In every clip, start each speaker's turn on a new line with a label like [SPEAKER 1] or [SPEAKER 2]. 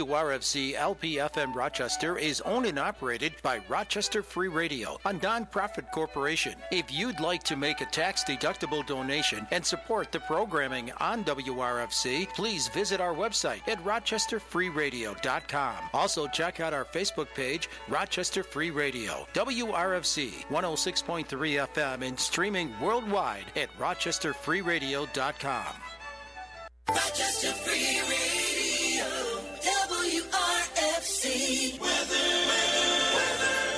[SPEAKER 1] WRFC LPFM Rochester is owned and operated by Rochester Free Radio, a nonprofit corporation. If you'd like to make a tax deductible donation and support the programming on WRFC, please visit our website at rochesterfreeradio.com. Also, check out our Facebook page, Rochester Free Radio, WRFC 106.3 FM, and streaming worldwide at rochesterfreeradio.com.
[SPEAKER 2] Rochester Free Radio, WRFC.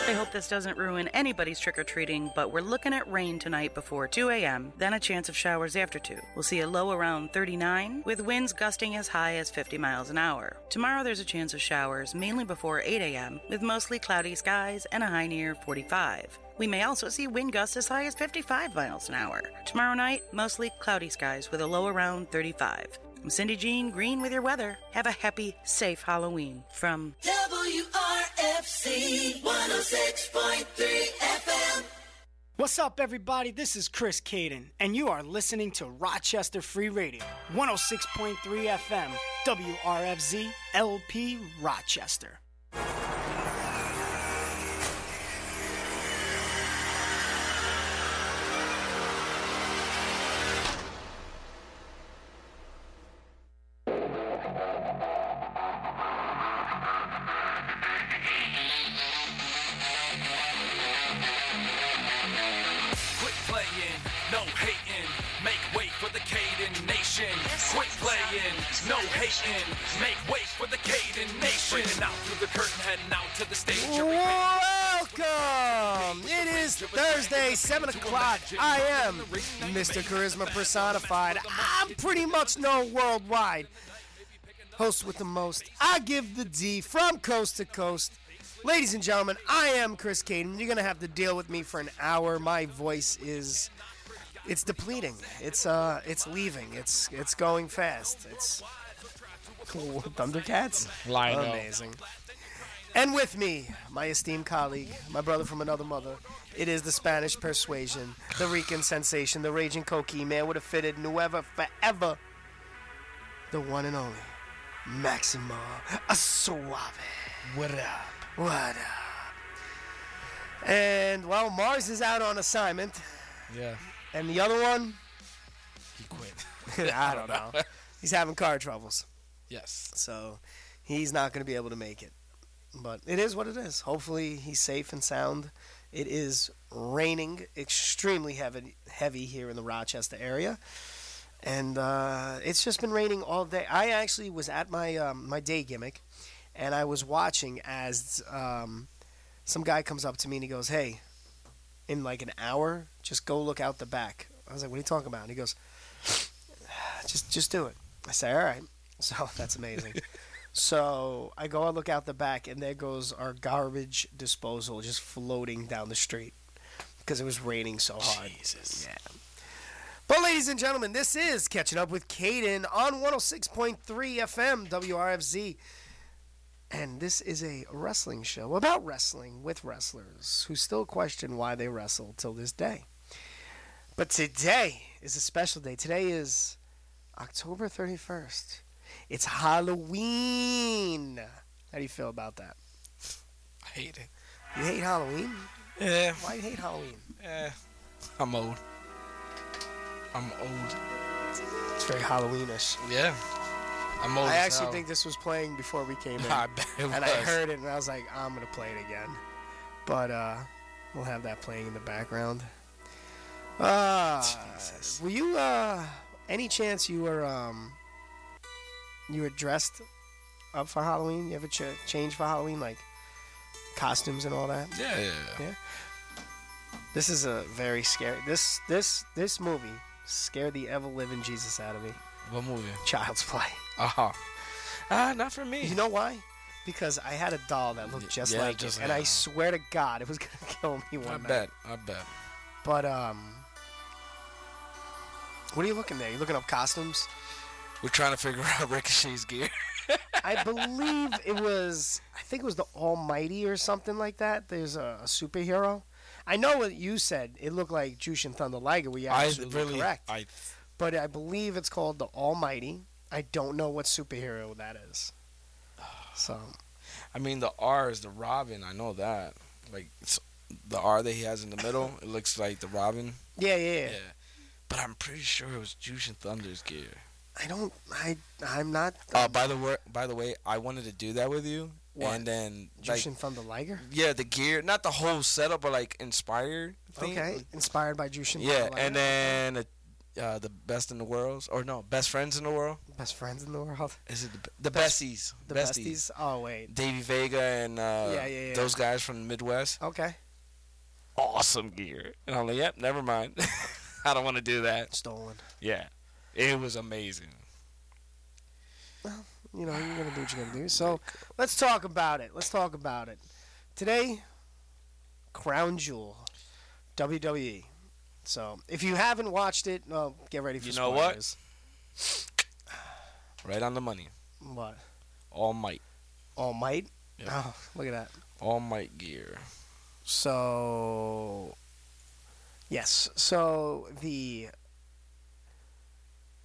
[SPEAKER 3] I hope this doesn't ruin anybody's trick or treating, but we're looking at rain tonight before 2 a.m., then a chance of showers after 2. We'll see a low around 39, with winds gusting as high as 50 miles an hour. Tomorrow there's a chance of showers, mainly before 8 a.m., with mostly cloudy skies and a high near 45. We may also see wind gusts as high as 55 miles an hour. Tomorrow night, mostly cloudy skies with a low around 35. I'm Cindy Jean Green with your weather. Have a happy, safe Halloween from
[SPEAKER 2] WRFC 106.3 FM.
[SPEAKER 4] What's up, everybody? This is Chris Caden, and you are listening to Rochester Free Radio, 106.3 FM, WRFZ LP Rochester.
[SPEAKER 5] Quit playing, no hating, make way for the Caden Nation. Quit playing, no hating, make way for the Caden Nation. Breaking out through the curtain, heading out to the stage.
[SPEAKER 6] Welcome! It is Thursday, 7 o'clock. I am Mr. Charisma Personified. I'm pretty much known worldwide. Host with the most. I give the D from coast to coast. Ladies and gentlemen, I am Chris Caden. You're going to have to deal with me for an hour. My voice is. It's depleting. It's uh, it's leaving. It's it's going fast. It's Thundercats.
[SPEAKER 7] Lionel.
[SPEAKER 6] Amazing. And with me, my esteemed colleague, my brother from another mother, it is the Spanish persuasion, the Rican sensation, the raging coqui man would have fitted Nueva forever, the one and only Maximo Suave. What up? What up? And while Mars is out on assignment,
[SPEAKER 7] Yeah,
[SPEAKER 6] and the other one,
[SPEAKER 7] he quit.
[SPEAKER 6] I don't know, he's having car troubles.
[SPEAKER 7] Yes.
[SPEAKER 6] So he's not going to be able to make it. But it is what it is. Hopefully he's safe and sound. It is raining extremely heavy, heavy here in the Rochester area. And uh, it's just been raining all day. I actually was at my um, my day gimmick, and I was watching as um, some guy comes up to me and he goes, "Hey, in like an hour, just go look out the back." I was like, "What are you talking about?" And he goes, "Just just do it." I say, "All right." So that's amazing. so I go and look out the back, and there goes our garbage disposal just floating down the street because it was raining so hard. Jesus. Yeah. But, ladies and gentlemen, this is Catching Up with Caden on 106.3 FM WRFZ. And this is a wrestling show about wrestling with wrestlers who still question why they wrestle till this day. But today is a special day. Today is October 31st. It's Halloween. How do you feel about that?
[SPEAKER 7] I hate it.
[SPEAKER 6] You hate Halloween?
[SPEAKER 7] Yeah,
[SPEAKER 6] Why do you hate Halloween?
[SPEAKER 7] I'm old. I'm old.
[SPEAKER 6] It's very Halloweenish.
[SPEAKER 7] Yeah. I'm old.
[SPEAKER 6] I
[SPEAKER 7] as
[SPEAKER 6] actually
[SPEAKER 7] hell.
[SPEAKER 6] think this was playing before we came in.
[SPEAKER 7] I bet it
[SPEAKER 6] and I
[SPEAKER 7] was.
[SPEAKER 6] heard it and I was like, I'm gonna play it again. But uh we'll have that playing in the background. Uh
[SPEAKER 7] Jesus.
[SPEAKER 6] were you uh any chance you were um you were dressed up for Halloween? You ever ch- change for Halloween like costumes and all that?
[SPEAKER 7] Yeah. yeah, yeah.
[SPEAKER 6] This is a very scary this this this movie scared the ever living Jesus out of me.
[SPEAKER 7] What movie?
[SPEAKER 6] Child's play.
[SPEAKER 7] Uh huh. Ah, not for me.
[SPEAKER 6] You know why? Because I had a doll that looked just
[SPEAKER 7] yeah,
[SPEAKER 6] like
[SPEAKER 7] just
[SPEAKER 6] it,
[SPEAKER 7] like
[SPEAKER 6] and I
[SPEAKER 7] it.
[SPEAKER 6] swear to God, it was gonna kill me one
[SPEAKER 7] I
[SPEAKER 6] night.
[SPEAKER 7] bet. I bet.
[SPEAKER 6] But um, what are you looking there? You looking up costumes?
[SPEAKER 7] We're trying to figure out Ricochet's gear.
[SPEAKER 6] I believe it was. I think it was the Almighty or something like that. There's a, a superhero. I know what you said. It looked like Jushin Thunder Liger. We actually were correct,
[SPEAKER 7] I
[SPEAKER 6] but I believe it's called the Almighty. I don't know what superhero that is. So
[SPEAKER 7] I mean, the R is the Robin. I know that. Like it's the R that he has in the middle, it looks like the Robin.
[SPEAKER 6] yeah, yeah, yeah.
[SPEAKER 7] Yeah. But I'm pretty sure it was Jushin Thunder's gear.
[SPEAKER 6] I don't. I I'm not.
[SPEAKER 7] Uh, by the way, by the way, I wanted to do that with you,
[SPEAKER 6] What?
[SPEAKER 7] and then like,
[SPEAKER 6] Jushin Thunder Liger.
[SPEAKER 7] yeah, the gear, not the whole setup, but like inspired. Thing.
[SPEAKER 6] Okay, inspired by Jushin.
[SPEAKER 7] Yeah,
[SPEAKER 6] Thunder Liger.
[SPEAKER 7] and then uh, uh, the best in the world, or no, best friends in the world.
[SPEAKER 6] best friends in the world,
[SPEAKER 7] Is it the, the
[SPEAKER 6] Best-
[SPEAKER 7] besties?
[SPEAKER 6] the besties. Oh wait.
[SPEAKER 7] Davey Vega and uh,
[SPEAKER 6] Yeah, yeah, yeah.
[SPEAKER 7] those guys from the Midwest.
[SPEAKER 6] Okay.
[SPEAKER 7] Awesome gear. And I'm like, yep, never mind. I don't want to do that.
[SPEAKER 6] Stolen.
[SPEAKER 7] Yeah, it was amazing.
[SPEAKER 6] You know, you're gonna do what you're gonna do. So let's talk about it. Let's talk about it. Today, Crown Jewel, WWE. So if you haven't watched it, well, get ready for
[SPEAKER 7] You know what?
[SPEAKER 6] spoilers.
[SPEAKER 7] Right on the money.
[SPEAKER 6] What?
[SPEAKER 7] All Might.
[SPEAKER 6] All Might.
[SPEAKER 7] Yep.
[SPEAKER 6] Oh, look at that.
[SPEAKER 7] All Might gear.
[SPEAKER 6] So, yes. So the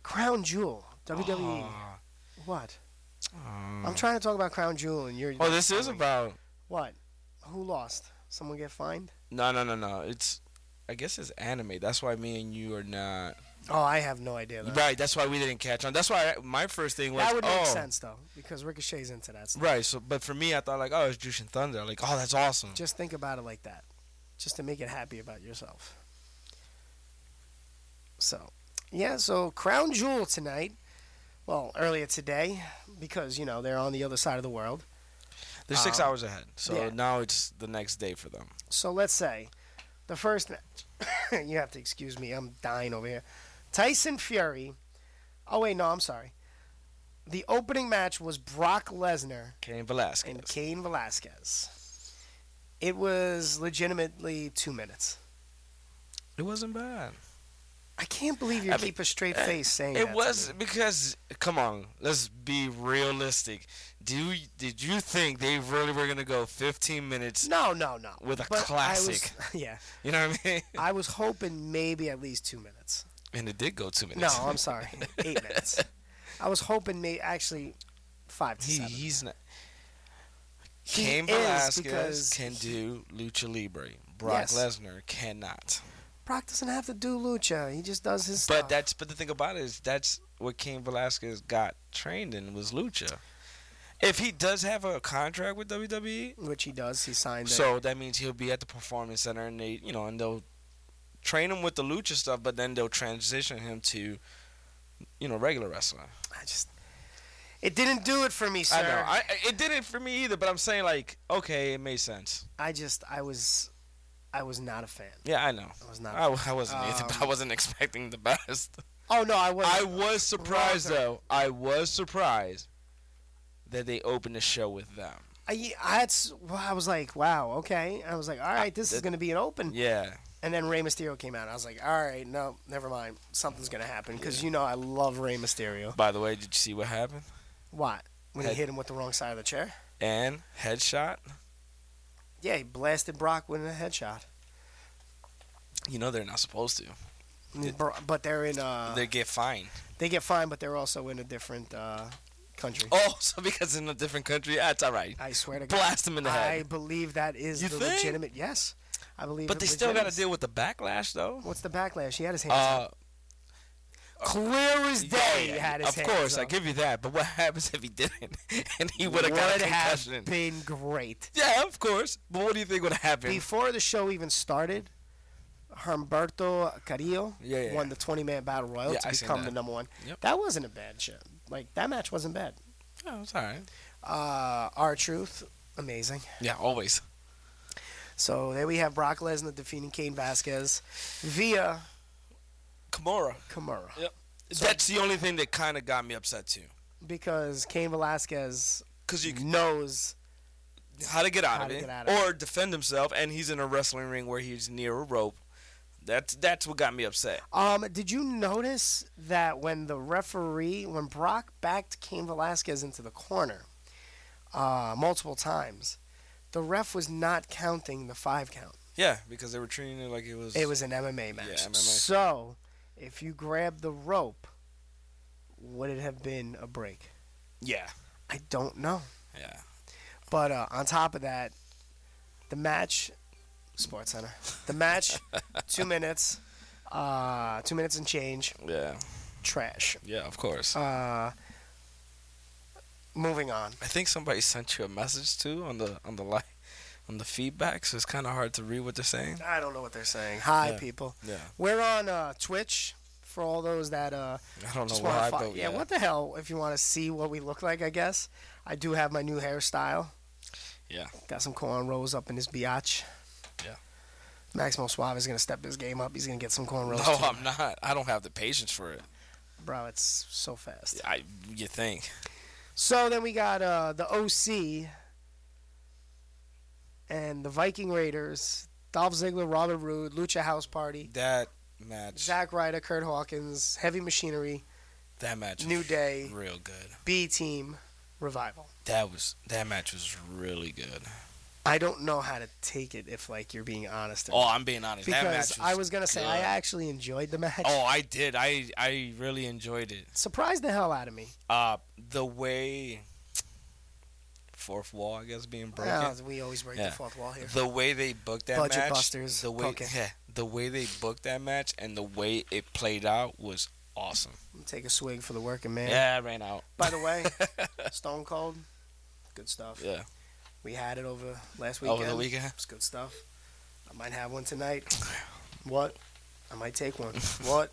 [SPEAKER 6] Crown Jewel, WWE.
[SPEAKER 7] Ah. Um.
[SPEAKER 6] What? I'm trying to talk about Crown Jewel, and you're.
[SPEAKER 7] Oh, this is about.
[SPEAKER 6] What? Who lost? Someone get fined?
[SPEAKER 7] No, no, no, no. It's. I guess it's anime. That's why me and you are not.
[SPEAKER 6] Oh, I have no idea. Though.
[SPEAKER 7] Right. That's why we didn't catch on. That's why I, my first thing was.
[SPEAKER 6] That would make
[SPEAKER 7] oh.
[SPEAKER 6] sense though, because Ricochet's into that. Stuff.
[SPEAKER 7] Right. So, but for me, I thought like, oh, it's Jushin Thunder. Like, oh, that's awesome.
[SPEAKER 6] Just think about it like that, just to make it happy about yourself. So, yeah. So Crown Jewel tonight. Well, earlier today, because you know they're on the other side of the world.
[SPEAKER 7] They're six hours ahead. So
[SPEAKER 6] Ah. yeah.
[SPEAKER 7] now it's the next day for them.
[SPEAKER 6] So let's say the first match. you have to excuse me. I'm dying over here. Tyson Fury. Oh wait, no, I'm sorry. The opening match was Brock Lesnar
[SPEAKER 7] Cain Velasquez.
[SPEAKER 6] and Kane Velasquez. It was legitimately two minutes.
[SPEAKER 7] it wasn't bad.
[SPEAKER 6] I can't believe you
[SPEAKER 7] I mean, uh,
[SPEAKER 6] keep a straight face saying that
[SPEAKER 7] It
[SPEAKER 6] to
[SPEAKER 7] was
[SPEAKER 6] me.
[SPEAKER 7] because come on, let's be realistic. Do you, did you think they really were gonna go 15 minutes?
[SPEAKER 6] No, no, no.
[SPEAKER 7] With a
[SPEAKER 6] But I was-
[SPEAKER 7] classic.
[SPEAKER 6] yeah,
[SPEAKER 7] You know what I mean?
[SPEAKER 6] I was hoping maybe at least two minutes.
[SPEAKER 7] And it did go two
[SPEAKER 6] No,
[SPEAKER 7] minutes.
[SPEAKER 6] I'm sorry, eight minutes. I was hoping maybe actually five to
[SPEAKER 7] he,
[SPEAKER 6] seven.
[SPEAKER 7] he's not.
[SPEAKER 6] He
[SPEAKER 7] Cain
[SPEAKER 6] is
[SPEAKER 7] Velasquez
[SPEAKER 6] because
[SPEAKER 7] can do lucha libre. Brock
[SPEAKER 6] Yes.
[SPEAKER 7] Lesnar cannot.
[SPEAKER 6] Brock doesn't have to do lucha. He just does his
[SPEAKER 7] But
[SPEAKER 6] stuff.
[SPEAKER 7] that's but the thing about it is that's what Cain Velasquez got trained in was lucha. If he does have a contract with WWE,
[SPEAKER 6] which he does. He signed. So
[SPEAKER 7] so that means he'll be at the performance center and they you know and they'll train him with the lucha stuff, but then they'll transition him to you know regular wrestling.
[SPEAKER 6] I just, it didn't do it for me, sir.
[SPEAKER 7] I know I I- it didn't for me either, but I'm saying like okay, it made sense.
[SPEAKER 6] I just, I was, I was not a fan.
[SPEAKER 7] Yeah, I know.
[SPEAKER 6] I was not.
[SPEAKER 7] I, I wasn't either, but I wasn't expecting the best.
[SPEAKER 6] oh no, I was.
[SPEAKER 7] I
[SPEAKER 6] I,
[SPEAKER 7] was surprised though. I was surprised that they opened the show with them.
[SPEAKER 6] I, had s- well, I was like, wow, okay. I was like, all right, this is
[SPEAKER 7] that-
[SPEAKER 6] going to be an open.
[SPEAKER 7] Yeah.
[SPEAKER 6] And then Rey Mysterio came out. I was like, all right, no, never mind. Something's going to happen because you know I love Rey Mysterio.
[SPEAKER 7] By the way, did you see what happened?
[SPEAKER 6] What? When he
[SPEAKER 7] Head-
[SPEAKER 6] hit him with the wrong side of the chair?
[SPEAKER 7] And headshot.
[SPEAKER 6] Yeah, he blasted Brock with a headshot.
[SPEAKER 7] You know they're not supposed to.
[SPEAKER 6] Bro- But they're in. Uh,
[SPEAKER 7] they get fined.
[SPEAKER 6] They get fined, but they're also in a different uh, country.
[SPEAKER 7] Oh, so because in a different country, that's all right.
[SPEAKER 6] I swear to God.
[SPEAKER 7] Blast him in the
[SPEAKER 6] I
[SPEAKER 7] head.
[SPEAKER 6] believe that is
[SPEAKER 7] You
[SPEAKER 6] the
[SPEAKER 7] think?
[SPEAKER 6] legitimate. Yes, I believe.
[SPEAKER 7] But
[SPEAKER 6] it
[SPEAKER 7] they still got to
[SPEAKER 6] legitimate.
[SPEAKER 7] deal with the backlash, though.
[SPEAKER 6] What's the backlash? He had his hands up.
[SPEAKER 7] Uh,
[SPEAKER 6] Clear as
[SPEAKER 7] yeah,
[SPEAKER 6] day.
[SPEAKER 7] yeah,
[SPEAKER 6] he had his
[SPEAKER 7] of
[SPEAKER 6] hands
[SPEAKER 7] course, I
[SPEAKER 6] up.
[SPEAKER 7] give you that. But what happens if he didn't, and he would have got a
[SPEAKER 6] Would have
[SPEAKER 7] concussion?
[SPEAKER 6] been great.
[SPEAKER 7] Yeah, of course. But what do you think would happen?
[SPEAKER 6] Before the show even started, Humberto Carrillo
[SPEAKER 7] Yeah, yeah,
[SPEAKER 6] won
[SPEAKER 7] yeah.
[SPEAKER 6] the 20-man battle royal
[SPEAKER 7] Yeah,
[SPEAKER 6] to
[SPEAKER 7] I seen
[SPEAKER 6] become
[SPEAKER 7] that.
[SPEAKER 6] the number one.
[SPEAKER 7] Yep.
[SPEAKER 6] That wasn't a bad show. Like that match wasn't bad.
[SPEAKER 7] Oh, it's all right.
[SPEAKER 6] Uh, Our truth, amazing.
[SPEAKER 7] Yeah, always.
[SPEAKER 6] So there we have Brock Lesnar defeating Kane Vasquez via
[SPEAKER 7] Kimura.
[SPEAKER 6] Kimura.
[SPEAKER 7] Yep. That's the only thing that kind of got me upset too.
[SPEAKER 6] because Cain Velasquez
[SPEAKER 7] Because you can,
[SPEAKER 6] knows
[SPEAKER 7] how to get out
[SPEAKER 6] How
[SPEAKER 7] of
[SPEAKER 6] to
[SPEAKER 7] it,
[SPEAKER 6] get out of
[SPEAKER 7] or defend himself, and he's in a wrestling ring where he's near a rope. That's that's what got me upset.
[SPEAKER 6] um did you notice that when the referee when Brock backed Cain Velasquez into the corner uh, multiple times the ref was not counting the five count
[SPEAKER 7] Yeah, because they were treating it like it was.
[SPEAKER 6] it was an MMA match
[SPEAKER 7] MMA.
[SPEAKER 6] so if you grab the rope would it have been a break
[SPEAKER 7] Yeah.
[SPEAKER 6] I don't know
[SPEAKER 7] Yeah.
[SPEAKER 6] But uh, on top of that, the match, Sports Center, the match, two minutes, uh, two minutes and change,
[SPEAKER 7] Yeah. Oh.
[SPEAKER 6] trash.
[SPEAKER 7] Yeah, of course.
[SPEAKER 6] Uh, moving on.
[SPEAKER 7] I think somebody sent you a message too on the on the like on the feedback, so it's kind of hard to read what they're saying.
[SPEAKER 6] I don't know what they're saying. Hi,
[SPEAKER 7] Yeah.
[SPEAKER 6] people.
[SPEAKER 7] Yeah.
[SPEAKER 6] We're on uh, Twitch for all those that uh,
[SPEAKER 7] I don't know
[SPEAKER 6] just
[SPEAKER 7] why,
[SPEAKER 6] want to.
[SPEAKER 7] but
[SPEAKER 6] yeah, what the hell? If you want to see what we look like, I guess I do have my new hairstyle.
[SPEAKER 7] Yeah.
[SPEAKER 6] Got some cornrows up in his biatch.
[SPEAKER 7] Yeah.
[SPEAKER 6] Maximo Suave is gonna step his game up. He's gonna get some cornrows.
[SPEAKER 7] No,
[SPEAKER 6] too.
[SPEAKER 7] I'm not. I don't have the patience for it.
[SPEAKER 6] bro, it's so fast.
[SPEAKER 7] I you think?
[SPEAKER 6] So then we got uh, the OC and the Viking Raiders, Dolph Ziggler, Robert Roode, Lucha House Party,
[SPEAKER 7] That match.
[SPEAKER 6] Zack Ryder, Kurt Hawkins, Heavy Machinery,
[SPEAKER 7] that match.
[SPEAKER 6] New
[SPEAKER 7] was
[SPEAKER 6] Day.
[SPEAKER 7] Real good.
[SPEAKER 6] B Team, Revival.
[SPEAKER 7] That was that match was really good.
[SPEAKER 6] I don't know how to take it if like you're being honest. or
[SPEAKER 7] Oh,
[SPEAKER 6] not.
[SPEAKER 7] I'm being honest. that match
[SPEAKER 6] because
[SPEAKER 7] was
[SPEAKER 6] I was gonna say I
[SPEAKER 7] good.
[SPEAKER 6] actually enjoyed the match.
[SPEAKER 7] Oh, I did. I I really enjoyed it.
[SPEAKER 6] Surprised the hell out of me.
[SPEAKER 7] Uh, the way fourth wall, I guess, being broken.
[SPEAKER 6] Yeah, we always break
[SPEAKER 7] Yeah.
[SPEAKER 6] the fourth wall here.
[SPEAKER 7] The way they booked that
[SPEAKER 6] Budget
[SPEAKER 7] match,
[SPEAKER 6] busters,
[SPEAKER 7] the way
[SPEAKER 6] poking.
[SPEAKER 7] yeah, the way they booked that match and the way it played out was awesome.
[SPEAKER 6] Take a swig for the working man.
[SPEAKER 7] Yeah, I ran out.
[SPEAKER 6] By the way, Stone Cold, good stuff.
[SPEAKER 7] Yeah,
[SPEAKER 6] We had it over last weekend.
[SPEAKER 7] over the weekend.
[SPEAKER 6] It's good stuff. I might have one tonight. What? I might take one. What?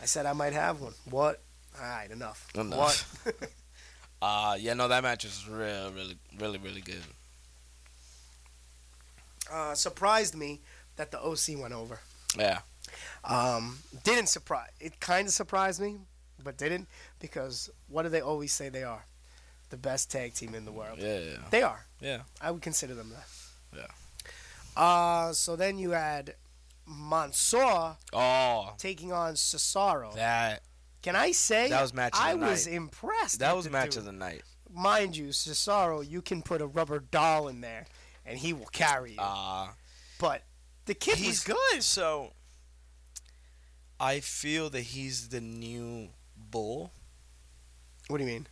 [SPEAKER 6] I said I might have one. What? All right, enough.
[SPEAKER 7] Enough.
[SPEAKER 6] What?
[SPEAKER 7] Uh, yeah, no, that match was real, really, really, really good.
[SPEAKER 6] Uh, surprised me that the OC went over.
[SPEAKER 7] Yeah,
[SPEAKER 6] Um, didn't surprise. It kind of surprised me, but didn't because what do they always say they are? The best tag team in the world.
[SPEAKER 7] yeah, yeah.
[SPEAKER 6] They are.
[SPEAKER 7] Yeah.
[SPEAKER 6] I would consider them that. Yeah. Uh, so then you had Mansoor
[SPEAKER 7] Oh,
[SPEAKER 6] taking on Cesaro.
[SPEAKER 7] that
[SPEAKER 6] Can I say
[SPEAKER 7] That was match of the
[SPEAKER 6] I was
[SPEAKER 7] night.
[SPEAKER 6] impressed.
[SPEAKER 7] that
[SPEAKER 6] with
[SPEAKER 7] was
[SPEAKER 6] the
[SPEAKER 7] match
[SPEAKER 6] dude.
[SPEAKER 7] of the night.
[SPEAKER 6] Mind you, Cesaro, you can put a rubber doll in there and he will carry you.
[SPEAKER 7] Uh,
[SPEAKER 6] but the kid was
[SPEAKER 7] he's
[SPEAKER 6] good.
[SPEAKER 7] good. So I feel that he's the new bull.
[SPEAKER 6] What do you mean?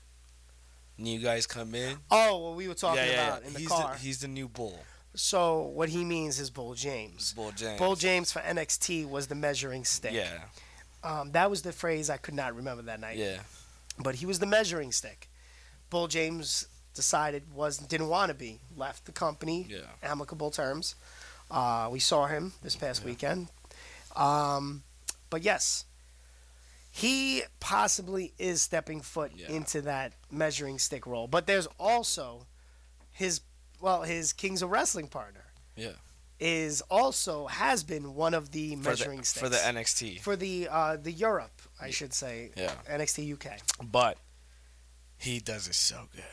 [SPEAKER 7] New guys come in.
[SPEAKER 6] Oh, well, we were talking about in the
[SPEAKER 7] he's
[SPEAKER 6] car.
[SPEAKER 7] he's the new bull.
[SPEAKER 6] So what he means is Bull James.
[SPEAKER 7] Bull James.
[SPEAKER 6] Bull James for NXT was the measuring stick.
[SPEAKER 7] Yeah,
[SPEAKER 6] Um, that was the phrase I could not remember that night.
[SPEAKER 7] yeah,
[SPEAKER 6] But he was the measuring stick. Bull James decided was didn't want to be left the company.
[SPEAKER 7] yeah.
[SPEAKER 6] amicable terms. Uh, we saw him this past weekend. Um, but yes, he possibly is stepping foot
[SPEAKER 7] Yeah.
[SPEAKER 6] into that measuring stick role. But there's also his, well, his Kings of Wrestling partner.
[SPEAKER 7] Yeah.
[SPEAKER 6] Is also has been one of the
[SPEAKER 7] For
[SPEAKER 6] measuring
[SPEAKER 7] the,
[SPEAKER 6] sticks
[SPEAKER 7] for the NXT.
[SPEAKER 6] for the uh, the Europe, I should say,
[SPEAKER 7] Yeah.
[SPEAKER 6] NXT UK.
[SPEAKER 7] But he does it so good.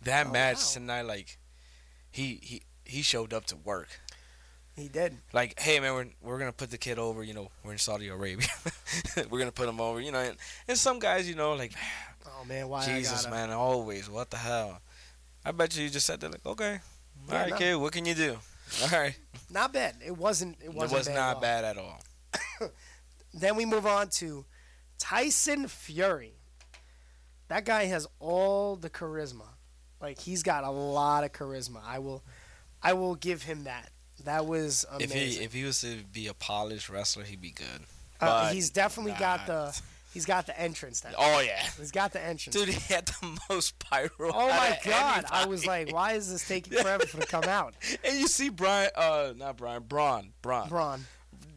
[SPEAKER 7] That
[SPEAKER 6] Oh,
[SPEAKER 7] match
[SPEAKER 6] wow.
[SPEAKER 7] tonight, like he he he showed up to work.
[SPEAKER 6] He did.
[SPEAKER 7] Like, hey man, we're we're gonna put the kid over. You know, we're in Saudi Arabia. we're gonna put him over. You know, and, and some guys, you know, like
[SPEAKER 6] Oh man, why I
[SPEAKER 7] Jesus
[SPEAKER 6] gotta,
[SPEAKER 7] man, always what the hell. I bet you you just said that like, okay,
[SPEAKER 6] Yeah,
[SPEAKER 7] all right,
[SPEAKER 6] no.
[SPEAKER 7] kid, what can you do? All right,
[SPEAKER 6] Not bad. It wasn't. It
[SPEAKER 7] it
[SPEAKER 6] wasn't.
[SPEAKER 7] was
[SPEAKER 6] bad at
[SPEAKER 7] not
[SPEAKER 6] all.
[SPEAKER 7] bad at all.
[SPEAKER 6] Then we move on to Tyson Fury. That guy has all the charisma. Like he's got a lot of charisma. I will I will give him that. That was
[SPEAKER 7] If
[SPEAKER 6] amazing.
[SPEAKER 7] he if he was to be a polished wrestler, he'd be good.
[SPEAKER 6] uh,
[SPEAKER 7] but
[SPEAKER 6] he's definitely got
[SPEAKER 7] not.
[SPEAKER 6] the he's got the entrance that
[SPEAKER 7] Oh yeah,
[SPEAKER 6] he's got the entrance.
[SPEAKER 7] dude, he had the most pyro.
[SPEAKER 6] oh
[SPEAKER 7] out
[SPEAKER 6] my
[SPEAKER 7] of
[SPEAKER 6] god. I was
[SPEAKER 7] anybody.
[SPEAKER 6] like, why is this taking forever for it to come out?
[SPEAKER 7] and you see Brian, uh, not Brian, Braun, Braun.
[SPEAKER 6] Braun,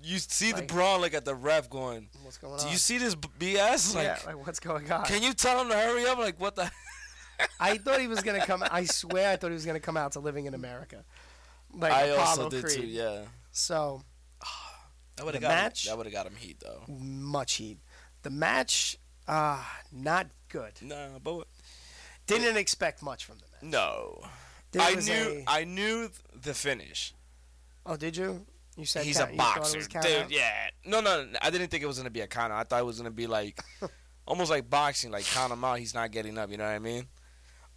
[SPEAKER 7] You see
[SPEAKER 6] Like-
[SPEAKER 7] the Braun like at the ref going.
[SPEAKER 6] what's going on?
[SPEAKER 7] Do you see this b- BS? Like,
[SPEAKER 6] yeah, like what's going on?
[SPEAKER 7] can you tell him to hurry up? Like, what the?
[SPEAKER 6] I thought he was gonna come I swear I thought he was gonna come out to living in America. Like
[SPEAKER 7] I
[SPEAKER 6] Apollo
[SPEAKER 7] also did
[SPEAKER 6] Creed.
[SPEAKER 7] too. Yeah,
[SPEAKER 6] So
[SPEAKER 7] that would
[SPEAKER 6] The
[SPEAKER 7] have got
[SPEAKER 6] match? Mm.
[SPEAKER 7] Him, that would have got him heat though.
[SPEAKER 6] much heat. The match, uh, not good.
[SPEAKER 7] No, but what-
[SPEAKER 6] Didn't expect much from the match.
[SPEAKER 7] no.
[SPEAKER 6] There
[SPEAKER 7] I
[SPEAKER 6] was
[SPEAKER 7] knew.
[SPEAKER 6] a-
[SPEAKER 7] I knew th- the finish.
[SPEAKER 6] oh, did you? You said
[SPEAKER 7] He's
[SPEAKER 6] count-
[SPEAKER 7] a
[SPEAKER 6] you thought it
[SPEAKER 7] boxer,
[SPEAKER 6] was
[SPEAKER 7] dude.
[SPEAKER 6] count out?
[SPEAKER 7] Yeah. No, no, no, I didn't think it was gonna be a count. out. I thought it was gonna be like, almost like boxing, like count him out. He's not getting up. You know what I mean?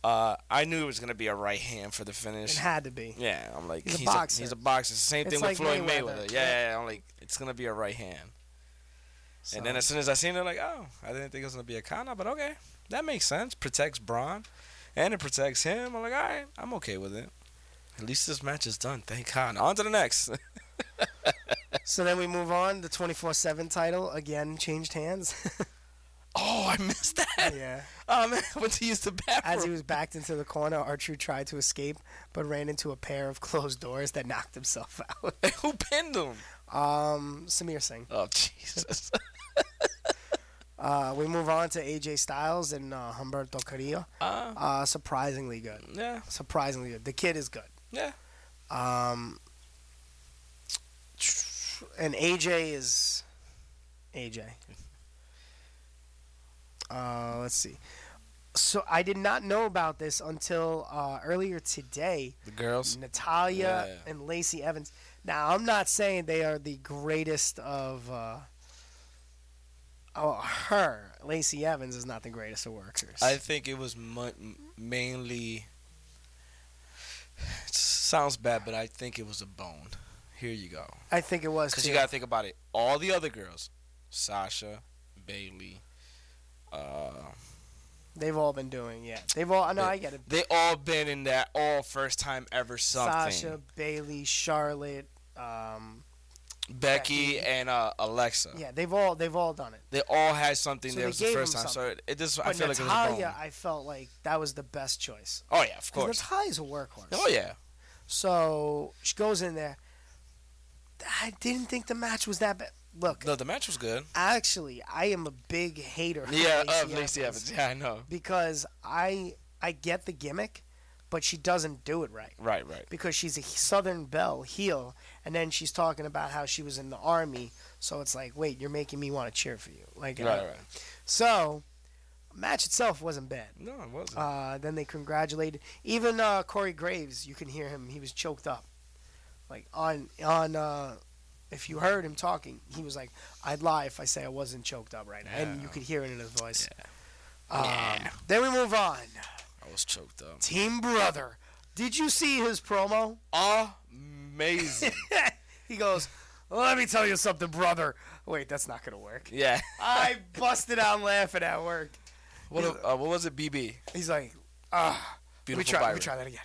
[SPEAKER 7] Uh, I knew it was gonna be a right hand for the
[SPEAKER 6] It
[SPEAKER 7] finish.
[SPEAKER 6] had to be.
[SPEAKER 7] Yeah, I'm like
[SPEAKER 6] He's a
[SPEAKER 7] he's,
[SPEAKER 6] boxer.
[SPEAKER 7] A, he's a boxer. It's the Same
[SPEAKER 6] It's
[SPEAKER 7] thing
[SPEAKER 6] like
[SPEAKER 7] with Floyd
[SPEAKER 6] Mayweather.
[SPEAKER 7] Mayweather. Yeah, yeah, yeah, I'm like it's gonna be a right hand.
[SPEAKER 6] So,
[SPEAKER 7] And then as soon as I seen it, like oh, I didn't think it was gonna be a counter, but okay, that makes sense. Protects Braun. and it protects him. I'm like, all right, I'm okay with it. At least this match is done. Thank God. On to the next.
[SPEAKER 6] So then we move on. The 24 7 title again changed hands.
[SPEAKER 7] oh, I missed that.
[SPEAKER 6] yeah.
[SPEAKER 7] Oh man, I went to use the bathroom.
[SPEAKER 6] As he was backed into the corner, Archer tried to escape but ran into a pair of closed doors that knocked himself out.
[SPEAKER 7] Who pinned him?
[SPEAKER 6] Um, Samir Singh.
[SPEAKER 7] Oh Jesus.
[SPEAKER 6] Uh, we move on to AJ Styles and uh, Humberto Carrillo.
[SPEAKER 7] Uh,
[SPEAKER 6] Uh, surprisingly good.
[SPEAKER 7] yeah,
[SPEAKER 6] Surprisingly good. The kid is good.
[SPEAKER 7] yeah.
[SPEAKER 6] Um, and AJ is AJ. Uh, let's see. So I did not know about this until uh, earlier today.
[SPEAKER 7] The girls.
[SPEAKER 6] Natalia
[SPEAKER 7] Yeah.
[SPEAKER 6] and Lacey Evans. Now I'm not saying they are the greatest of. Uh, oh, her Lacey Evans is not the greatest of workers.
[SPEAKER 7] I think it was mu- mainly. It sounds bad, but I think it was a bone. Here you go.
[SPEAKER 6] I think it was
[SPEAKER 7] Because
[SPEAKER 6] too.
[SPEAKER 7] you gotta think about it. All the other girls, Sasha, Bailey, uh,
[SPEAKER 6] They've all been doing yeah. They've all. No, I get it.
[SPEAKER 7] they all been in that all first time ever something.
[SPEAKER 6] Sasha, Bailey, Charlotte. Um,
[SPEAKER 7] Becky, and uh, Alexa.
[SPEAKER 6] yeah, they've all they've all done it.
[SPEAKER 7] They all had something
[SPEAKER 6] So
[SPEAKER 7] that
[SPEAKER 6] they
[SPEAKER 7] was
[SPEAKER 6] gave
[SPEAKER 7] the first
[SPEAKER 6] them
[SPEAKER 7] time. So
[SPEAKER 6] something.
[SPEAKER 7] it, it just I
[SPEAKER 6] But
[SPEAKER 7] feel like it was a
[SPEAKER 6] Natalia,
[SPEAKER 7] bone.
[SPEAKER 6] I felt like that was the best choice.
[SPEAKER 7] Oh yeah, of
[SPEAKER 6] 'Cause
[SPEAKER 7] course.
[SPEAKER 6] Natalia's a workhorse.
[SPEAKER 7] Oh yeah.
[SPEAKER 6] So she goes in there. I didn't think the match was that bad. Look,
[SPEAKER 7] No, the match was good.
[SPEAKER 6] actually, I am a big hater.
[SPEAKER 7] Yeah,
[SPEAKER 6] of
[SPEAKER 7] of
[SPEAKER 6] Lacey Evans
[SPEAKER 7] Lacey Evans. Yeah, I know.
[SPEAKER 6] because I I get the gimmick, but she doesn't do it right
[SPEAKER 7] Right, right.
[SPEAKER 6] because she's a Southern Belle heel, and then she's talking about how she was in the army. So it's like, wait, you're making me want to cheer for you. Like, uh,
[SPEAKER 7] Right, right.
[SPEAKER 6] so match itself wasn't bad.
[SPEAKER 7] No, it wasn't.
[SPEAKER 6] Uh, then they congratulated even uh, Corey Graves. You can hear him; he was choked up. Like on on uh, if you heard him talking, he was like, "I'd lie if I say I wasn't choked up right now," and you could hear it in his voice. Um, Then we move on.
[SPEAKER 7] I was choked up.
[SPEAKER 6] Team Brother. Did you see his promo?
[SPEAKER 7] Amazing.
[SPEAKER 6] He goes, "Let me tell you something, brother." Wait, that's not gonna work.
[SPEAKER 7] yeah.
[SPEAKER 6] I busted out laughing at work.
[SPEAKER 7] What, a- uh, what was it, BB?
[SPEAKER 6] He's like, "Ah,
[SPEAKER 7] Beautiful
[SPEAKER 6] we try,
[SPEAKER 7] Byron.
[SPEAKER 6] we try that again."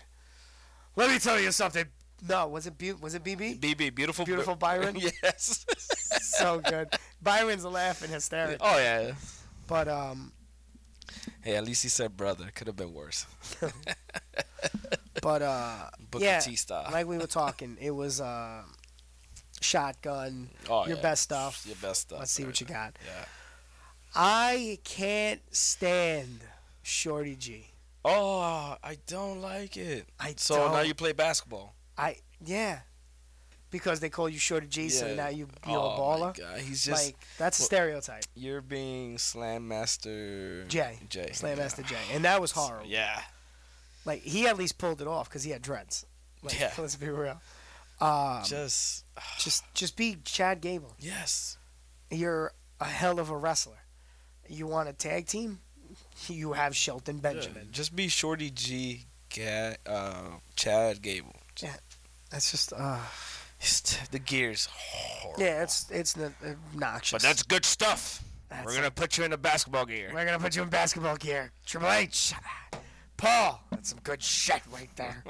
[SPEAKER 6] Let me tell you something. No, was it Bu- was it BB?
[SPEAKER 7] BB, beautiful,
[SPEAKER 6] Beautiful Byron?
[SPEAKER 7] yes.
[SPEAKER 6] so good. Byron's laughing hysterical.
[SPEAKER 7] oh yeah.
[SPEAKER 6] But um,
[SPEAKER 7] Hey, at least he said brother. Could have been worse.
[SPEAKER 6] but uh,
[SPEAKER 7] Booker
[SPEAKER 6] yeah,
[SPEAKER 7] T style.
[SPEAKER 6] like we were talking, it was uh, shotgun,
[SPEAKER 7] Oh,
[SPEAKER 6] your
[SPEAKER 7] yeah.
[SPEAKER 6] best stuff.
[SPEAKER 7] Your best stuff.
[SPEAKER 6] Let's see what you got.
[SPEAKER 7] Yeah.
[SPEAKER 6] I can't stand Shorty G.
[SPEAKER 7] Oh, I don't like it.
[SPEAKER 6] I
[SPEAKER 7] so
[SPEAKER 6] don't.
[SPEAKER 7] now you play basketball.
[SPEAKER 6] I yeah, because they call you Shorty G, so
[SPEAKER 7] Yeah.
[SPEAKER 6] now you
[SPEAKER 7] Oh,
[SPEAKER 6] you're a
[SPEAKER 7] My
[SPEAKER 6] baller.
[SPEAKER 7] God. He's just
[SPEAKER 6] like that's a
[SPEAKER 7] well-
[SPEAKER 6] stereotype.
[SPEAKER 7] you're being slam master
[SPEAKER 6] Jay,
[SPEAKER 7] Jay.
[SPEAKER 6] Slam Master Jay, and that was horrible.
[SPEAKER 7] Yeah.
[SPEAKER 6] Like he at least pulled it off because he had dreads. Like,
[SPEAKER 7] Yeah.
[SPEAKER 6] let's be real. Um,
[SPEAKER 7] just
[SPEAKER 6] just just be Chad Gable.
[SPEAKER 7] yes.
[SPEAKER 6] You're a hell of a wrestler. You want a tag team? You have Shelton
[SPEAKER 7] Yeah,
[SPEAKER 6] Benjamin.
[SPEAKER 7] Just be Shorty G. Ga- uh, Chad Gable.
[SPEAKER 6] That's just uh,
[SPEAKER 7] It's t- the gears horrible.
[SPEAKER 6] yeah, it's it's n- obnoxious.
[SPEAKER 7] But that's good stuff.
[SPEAKER 6] That's
[SPEAKER 7] We're gonna put you in a basketball gear.
[SPEAKER 6] We're gonna put you in basketball gear. Triple H, Paul. That's some good shit right there.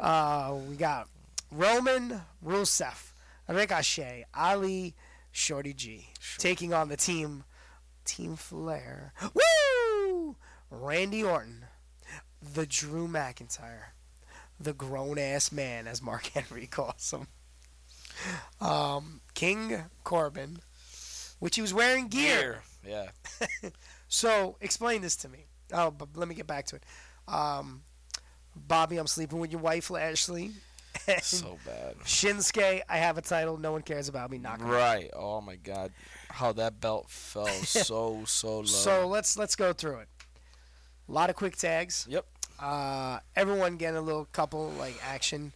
[SPEAKER 6] uh, we got Roman Rusev, Ricochet, Ali, Shorty G, taking on the team, Team Flair. Woo! Randy Orton, the Drew McIntyre, the grown ass man, as Mark Henry calls him. Um, King Corbin, which he was wearing gear.
[SPEAKER 7] Yeah.
[SPEAKER 6] So explain this to me. Oh, but let me get back to it. Um, Bobby, I'm sleeping with your wife, Lashley.
[SPEAKER 7] so bad.
[SPEAKER 6] Shinsuke, I have a title. No one cares about me. Knock. 'em out.
[SPEAKER 7] Right. Oh my God. How that belt fell so so low.
[SPEAKER 6] So let's let's go through it. A lot of quick tags.
[SPEAKER 7] Yep.
[SPEAKER 6] Uh, everyone getting a little couple like action,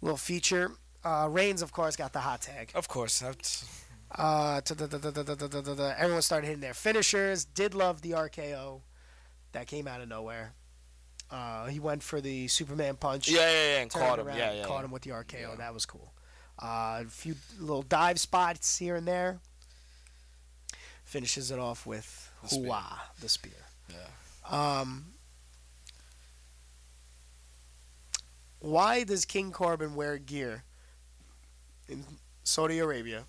[SPEAKER 6] little feature. Uh, Reigns, of course, got the hot tag.
[SPEAKER 7] Of course. That's,
[SPEAKER 6] Uh, ta- ta- ta- ta- ta- ta- ta- ta- ta- ta. everyone started hitting their finishers. Did love the RKO, that came out of nowhere. Uh, he went for the Superman punch.
[SPEAKER 7] yeah, yeah, yeah. And
[SPEAKER 6] turned
[SPEAKER 7] caught him.
[SPEAKER 6] around,
[SPEAKER 7] Yeah, yeah.
[SPEAKER 6] caught
[SPEAKER 7] yeah.
[SPEAKER 6] him with the RKO. That was cool. Uh, a few little dive spots here and there. Finishes it off with
[SPEAKER 7] spear.
[SPEAKER 6] hooah, the spear.
[SPEAKER 7] Yeah.
[SPEAKER 6] Um, Why does King Corbin wear gear in Saudi Arabia,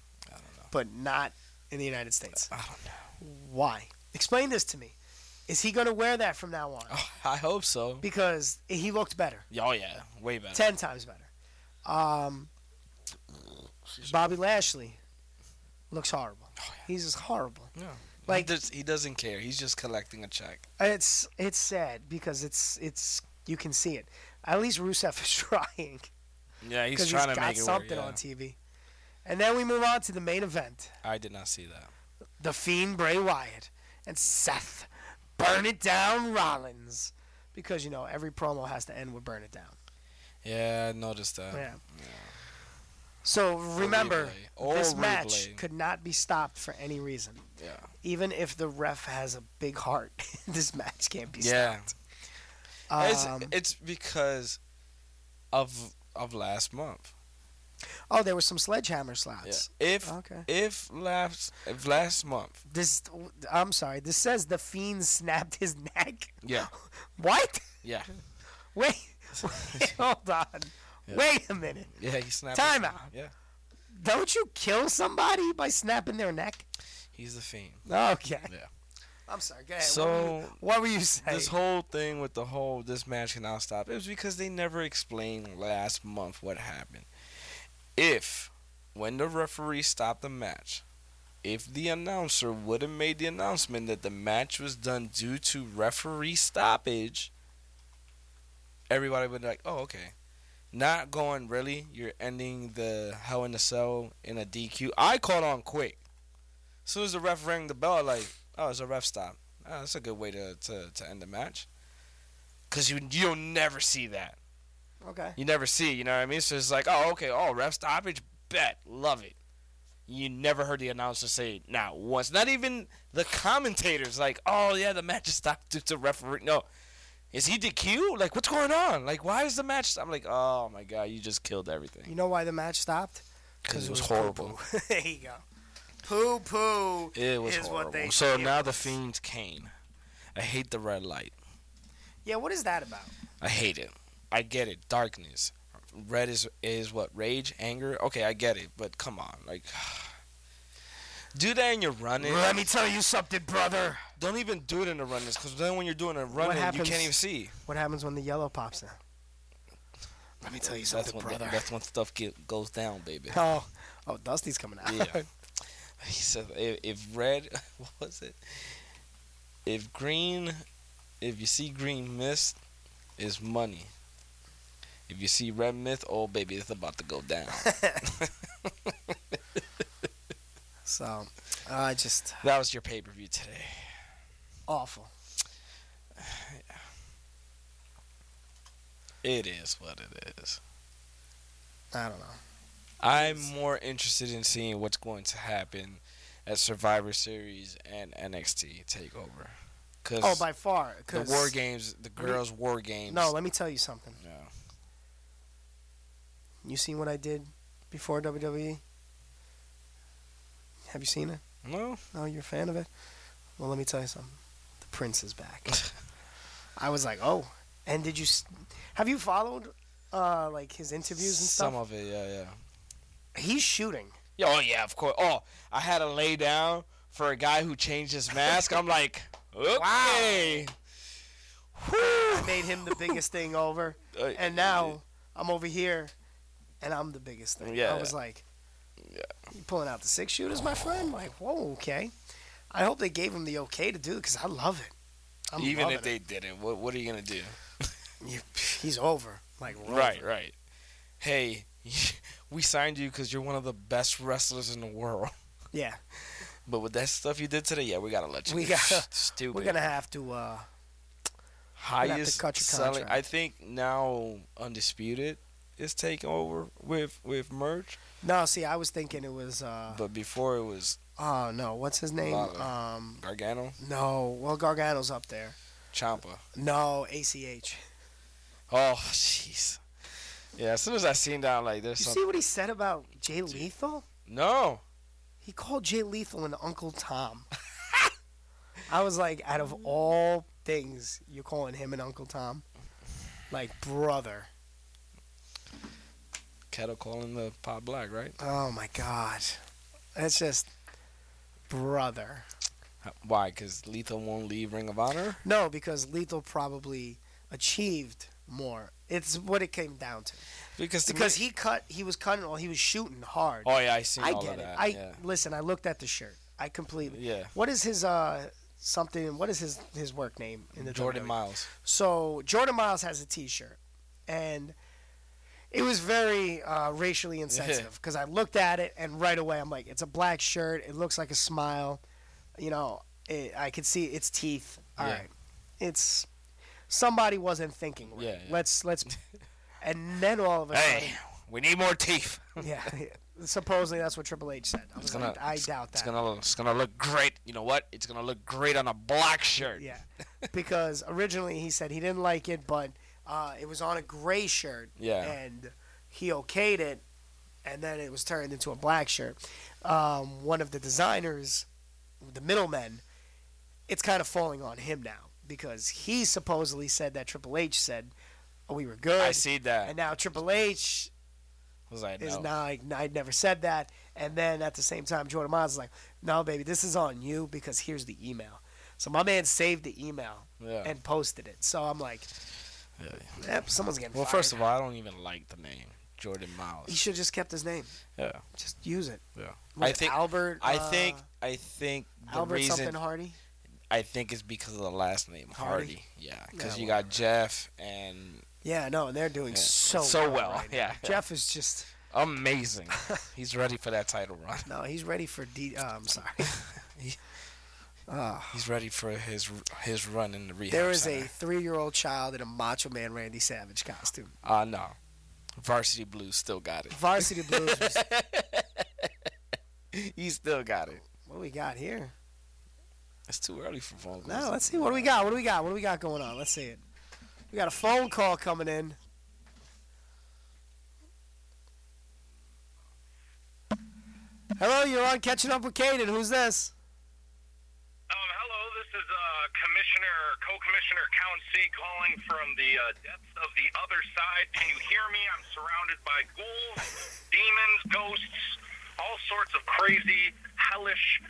[SPEAKER 6] but not in the United States?
[SPEAKER 7] I don't know.
[SPEAKER 6] Why? Explain this to me. Is he going to wear that from now on?
[SPEAKER 7] Oh, I hope so.
[SPEAKER 6] Because he looked better,
[SPEAKER 7] Yeah, Oh yeah, way better.
[SPEAKER 6] ten times better. Um, Bobby Lashley looks horrible.
[SPEAKER 7] Oh,
[SPEAKER 6] He's just horrible.
[SPEAKER 7] Like
[SPEAKER 6] like-
[SPEAKER 7] he, does, he doesn't care. He's just collecting a check.
[SPEAKER 6] It's it's sad because it's it's you can see it. At least Rusev is trying
[SPEAKER 7] Yeah, he's
[SPEAKER 6] because he's
[SPEAKER 7] trying to
[SPEAKER 6] got
[SPEAKER 7] make it
[SPEAKER 6] something
[SPEAKER 7] work. yeah.
[SPEAKER 6] on TV. And then we move on to the main event:
[SPEAKER 7] I did not see that.
[SPEAKER 6] The Fiend Bray Wyatt and Seth Burn It Down Rollins, because you know every promo has to end with Burn It Down.
[SPEAKER 7] Yeah, I noticed that.
[SPEAKER 6] Yeah. So remember,
[SPEAKER 7] replay. Or
[SPEAKER 6] this match
[SPEAKER 7] replay.
[SPEAKER 6] could not be stopped for any reason.
[SPEAKER 7] Yeah.
[SPEAKER 6] Even if the ref has a big heart, this match can't be
[SPEAKER 7] Yeah.
[SPEAKER 6] stopped.
[SPEAKER 7] it's,
[SPEAKER 6] Um,
[SPEAKER 7] it's because of of last month.
[SPEAKER 6] oh, there were some sledgehammer slots.
[SPEAKER 7] If
[SPEAKER 6] Okay.
[SPEAKER 7] if last if last month.
[SPEAKER 6] This, I'm sorry. This says the fiend snapped his neck.
[SPEAKER 7] Yeah.
[SPEAKER 6] What?
[SPEAKER 7] Yeah.
[SPEAKER 6] Wait, wait, hold on. Wait a minute.
[SPEAKER 7] Yeah, he snapped.
[SPEAKER 6] Time out.
[SPEAKER 7] Yeah.
[SPEAKER 6] Don't you kill somebody by snapping their neck?
[SPEAKER 7] He's the fiend.
[SPEAKER 6] Okay.
[SPEAKER 7] Yeah.
[SPEAKER 6] I'm sorry. Go ahead.
[SPEAKER 7] So-
[SPEAKER 6] what were you, what were you saying?
[SPEAKER 7] This whole thing with the whole this match cannot stop. It was because they never explained last month what happened. If when the referee stopped the match, if the announcer would have made the announcement that the match was done due to referee stoppage, everybody would be like, "Oh, okay." Not going really. You're ending the Hell in a Cell in a DQ. I caught on quick. As soon as the ref rang the bell, like, "Oh, it's a ref stop." Oh, that's a good way to, to, to end the match. Cause you you'll never see that.
[SPEAKER 6] okay.
[SPEAKER 7] You never see. it, You know what I mean? So it's like, oh, okay, oh, ref stoppage, bet, love it. You never heard the announcer say it, not once. Not even the commentators. Like, oh yeah, the match is stopped due to referee. No, is he DQ? Like, what's going on? Like, why is the match? I'm like, oh my god, you just killed everything.
[SPEAKER 6] You know why the match stopped?
[SPEAKER 7] Cause it was
[SPEAKER 6] poo-poo.
[SPEAKER 7] horrible.
[SPEAKER 6] there you go. Poo poo.
[SPEAKER 7] It was
[SPEAKER 6] is What they
[SPEAKER 7] horrible. So
[SPEAKER 6] it
[SPEAKER 7] now the
[SPEAKER 6] was.
[SPEAKER 7] fiend's cane. I hate the red light.
[SPEAKER 6] Yeah, what is that about?
[SPEAKER 7] I hate it. I get it. Darkness. Red is is what rage, anger. Okay, I get it, but come on, like, do that in your running.
[SPEAKER 6] me tell you something, brother.
[SPEAKER 7] Don't even do it in the runnings, because then when you're doing a running, you
[SPEAKER 6] happens?
[SPEAKER 7] can't even see.
[SPEAKER 6] What happens when the yellow pops in? Let me tell you
[SPEAKER 7] That's
[SPEAKER 6] something,
[SPEAKER 7] when
[SPEAKER 6] brother.
[SPEAKER 7] that's when stuff get, goes down, baby.
[SPEAKER 6] Oh, oh, Dusty's coming out.
[SPEAKER 7] Yeah. he said if, if red, what was it? If green, if you see green mist, is money. If you see red mist, oh baby, it's about to go down.
[SPEAKER 6] So, uh, just
[SPEAKER 7] that was your pay per view today.
[SPEAKER 6] awful.
[SPEAKER 7] It is what it is.
[SPEAKER 6] I don't know.
[SPEAKER 7] I'm more interested in seeing what's going to happen at Survivor Series and NXT Takeover. Cause
[SPEAKER 6] Oh, by far.
[SPEAKER 7] the
[SPEAKER 6] 'cause-
[SPEAKER 7] War Games, the girls' War Games.
[SPEAKER 6] No, let me tell you something.
[SPEAKER 7] no.
[SPEAKER 6] You seen what I did before WWE? Have you seen it?
[SPEAKER 7] No?
[SPEAKER 6] Oh, you're a fan of it? Well, let me tell you something. The Prince is back. I was like, oh. And did you? s- Have you followed uh, like his interviews and
[SPEAKER 7] Some
[SPEAKER 6] stuff?
[SPEAKER 7] of it, yeah, yeah.
[SPEAKER 6] He's shooting.
[SPEAKER 7] Yeah, oh yeah, of course. Oh, I had to lay down for a guy who changed his mask. I'm like, okay. Whew.
[SPEAKER 6] made him the biggest thing over,
[SPEAKER 7] Uh,
[SPEAKER 6] and now I'm over here, and I'm the biggest thing.
[SPEAKER 7] Yeah.
[SPEAKER 6] I was like, you pulling out the six shooters, my friend? Like, whoa, okay. I hope they gave him the okay to do it because I love it. I'm
[SPEAKER 7] Even
[SPEAKER 6] loving
[SPEAKER 7] if they didn't, what what are you gonna do?
[SPEAKER 6] it. You- he's over, like we're
[SPEAKER 7] Right,
[SPEAKER 6] over.
[SPEAKER 7] right. Hey, we signed you because you're one of the best wrestlers in the world.
[SPEAKER 6] Yeah,
[SPEAKER 7] But with that stuff you did today, yeah, we gotta let you.
[SPEAKER 6] We
[SPEAKER 7] go.
[SPEAKER 6] gotta-
[SPEAKER 7] stupid.
[SPEAKER 6] we're gonna have to. uh
[SPEAKER 7] highest
[SPEAKER 6] have to cut your
[SPEAKER 7] selling.
[SPEAKER 6] contract.
[SPEAKER 7] I think now undisputed is taking over with with merch,
[SPEAKER 6] No, see, I was thinking it was. uh
[SPEAKER 7] but before it was
[SPEAKER 6] Oh no, what's his name?
[SPEAKER 7] Lawler.
[SPEAKER 6] Um,
[SPEAKER 7] Gargano,
[SPEAKER 6] no, well Gargano's up there.
[SPEAKER 7] Champa.
[SPEAKER 6] No, ACH.
[SPEAKER 7] Oh, jeez. Yeah, as soon as I seen that, I'm like, there's
[SPEAKER 6] You
[SPEAKER 7] something.
[SPEAKER 6] see what he said about Jay Lethal?
[SPEAKER 7] No,
[SPEAKER 6] He called Jay Lethal an Uncle Tom. I was like, out of all things, you're calling him an Uncle Tom? Like, brother.
[SPEAKER 7] Kettle calling the pot black, right?
[SPEAKER 6] Oh my god, that's just brother.
[SPEAKER 7] Why? Because Lethal won't leave Ring of Honor.
[SPEAKER 6] No, because Lethal probably achieved more. It's what it came down to.
[SPEAKER 7] Because to
[SPEAKER 6] Because
[SPEAKER 7] me-
[SPEAKER 6] he cut, he was cutting, all he was shooting hard.
[SPEAKER 7] Oh yeah, I seen
[SPEAKER 6] I
[SPEAKER 7] all
[SPEAKER 6] get
[SPEAKER 7] of
[SPEAKER 6] it.
[SPEAKER 7] that.
[SPEAKER 6] I
[SPEAKER 7] yeah.
[SPEAKER 6] listen. I looked at the shirt. I completely.
[SPEAKER 7] Yeah.
[SPEAKER 6] What is his uh something? What is his his work name in the E?
[SPEAKER 7] Jordan
[SPEAKER 6] WWE?
[SPEAKER 7] Miles.
[SPEAKER 6] So Jordan Miles has a T-shirt, and it was very uh, racially insensitive because I looked at it and right away I'm like, it's a black shirt. It looks like a smile. You know, it, I could see its teeth. All right,
[SPEAKER 7] Yeah.
[SPEAKER 6] it's somebody wasn't thinking right.
[SPEAKER 7] Yeah, yeah.
[SPEAKER 6] Let's let's. And then all of a sudden,
[SPEAKER 7] we need more teeth.
[SPEAKER 6] yeah, supposedly that's what Triple H said. I was
[SPEAKER 7] gonna-
[SPEAKER 6] like, I doubt that.
[SPEAKER 7] It's gonna look, it's gonna look great. You know what? It's gonna look great on a black shirt.
[SPEAKER 6] Yeah, because originally he said he didn't like it, but uh, it was on a gray shirt.
[SPEAKER 7] Yeah.
[SPEAKER 6] and he okayed it, and then it was turned into a black shirt. Um, one of the designers, the middlemen, it's kind of falling on him now because he supposedly said that Triple H said oh, we were good.
[SPEAKER 7] I see that.
[SPEAKER 6] And now Triple H
[SPEAKER 7] I was like,
[SPEAKER 6] is
[SPEAKER 7] no.
[SPEAKER 6] not like, I never said that. And then at the same time, Jordan Miles is like, no, baby, this is on you because here's the email. So my man saved the email
[SPEAKER 7] Yeah.
[SPEAKER 6] and posted it. So I'm like, yep, someone's getting
[SPEAKER 7] well,
[SPEAKER 6] fired.
[SPEAKER 7] first of all, I don't even like the name Jordan
[SPEAKER 6] he
[SPEAKER 7] Miles.
[SPEAKER 6] should have just kept his name.
[SPEAKER 7] Yeah,
[SPEAKER 6] Just use it.
[SPEAKER 7] yeah.
[SPEAKER 6] Was
[SPEAKER 7] I
[SPEAKER 6] it
[SPEAKER 7] think
[SPEAKER 6] Albert,
[SPEAKER 7] I
[SPEAKER 6] uh,
[SPEAKER 7] think. I think the
[SPEAKER 6] Albert
[SPEAKER 7] reason.
[SPEAKER 6] something Hardy.
[SPEAKER 7] I think it's because of the last name Hardy.
[SPEAKER 6] Hardy?
[SPEAKER 7] Yeah, because
[SPEAKER 6] Yeah,
[SPEAKER 7] you got Jeff and
[SPEAKER 6] Yeah, no, and they're doing
[SPEAKER 7] Yeah.
[SPEAKER 6] so
[SPEAKER 7] So well,
[SPEAKER 6] right
[SPEAKER 7] yeah.
[SPEAKER 6] now. Jeff is just
[SPEAKER 7] amazing. He's ready for that title run.
[SPEAKER 6] no, he's ready for D. Uh, I'm sorry.
[SPEAKER 7] He's ready for his his run in the rehab.
[SPEAKER 6] There is a
[SPEAKER 7] center.
[SPEAKER 6] three-year-old child in a Macho Man Randy Savage costume.
[SPEAKER 7] uh no. Varsity Blues still got it.
[SPEAKER 6] Varsity Blues. was-
[SPEAKER 7] He still got it.
[SPEAKER 6] what we got here?
[SPEAKER 7] It's too early for phone calls.
[SPEAKER 6] No, let's see. What do we got? What do we got? What do we got going on? Let's see it. We got a phone call coming in. Hello, you're on catching up with Caden. Who's this?
[SPEAKER 8] Um, hello, this is uh, Commissioner, Co-Commissioner Councey calling from the uh, depths of the other side. Can you hear me? I'm surrounded by ghouls, demons, ghosts, all sorts of crazy, hellish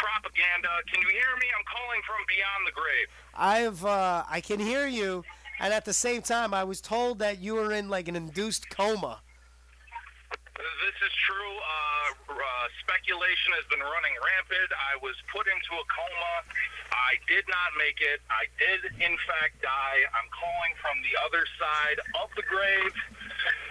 [SPEAKER 8] propaganda. Can you hear me? I'm calling from beyond the grave.
[SPEAKER 6] I've uh, I can hear you, and at the same time, I was told that you were in like an induced coma.
[SPEAKER 8] This is true. Uh, uh, speculation has been running rampant. I was put into a coma. I did not make it. I did, in fact, die. I'm calling from the other side of the grave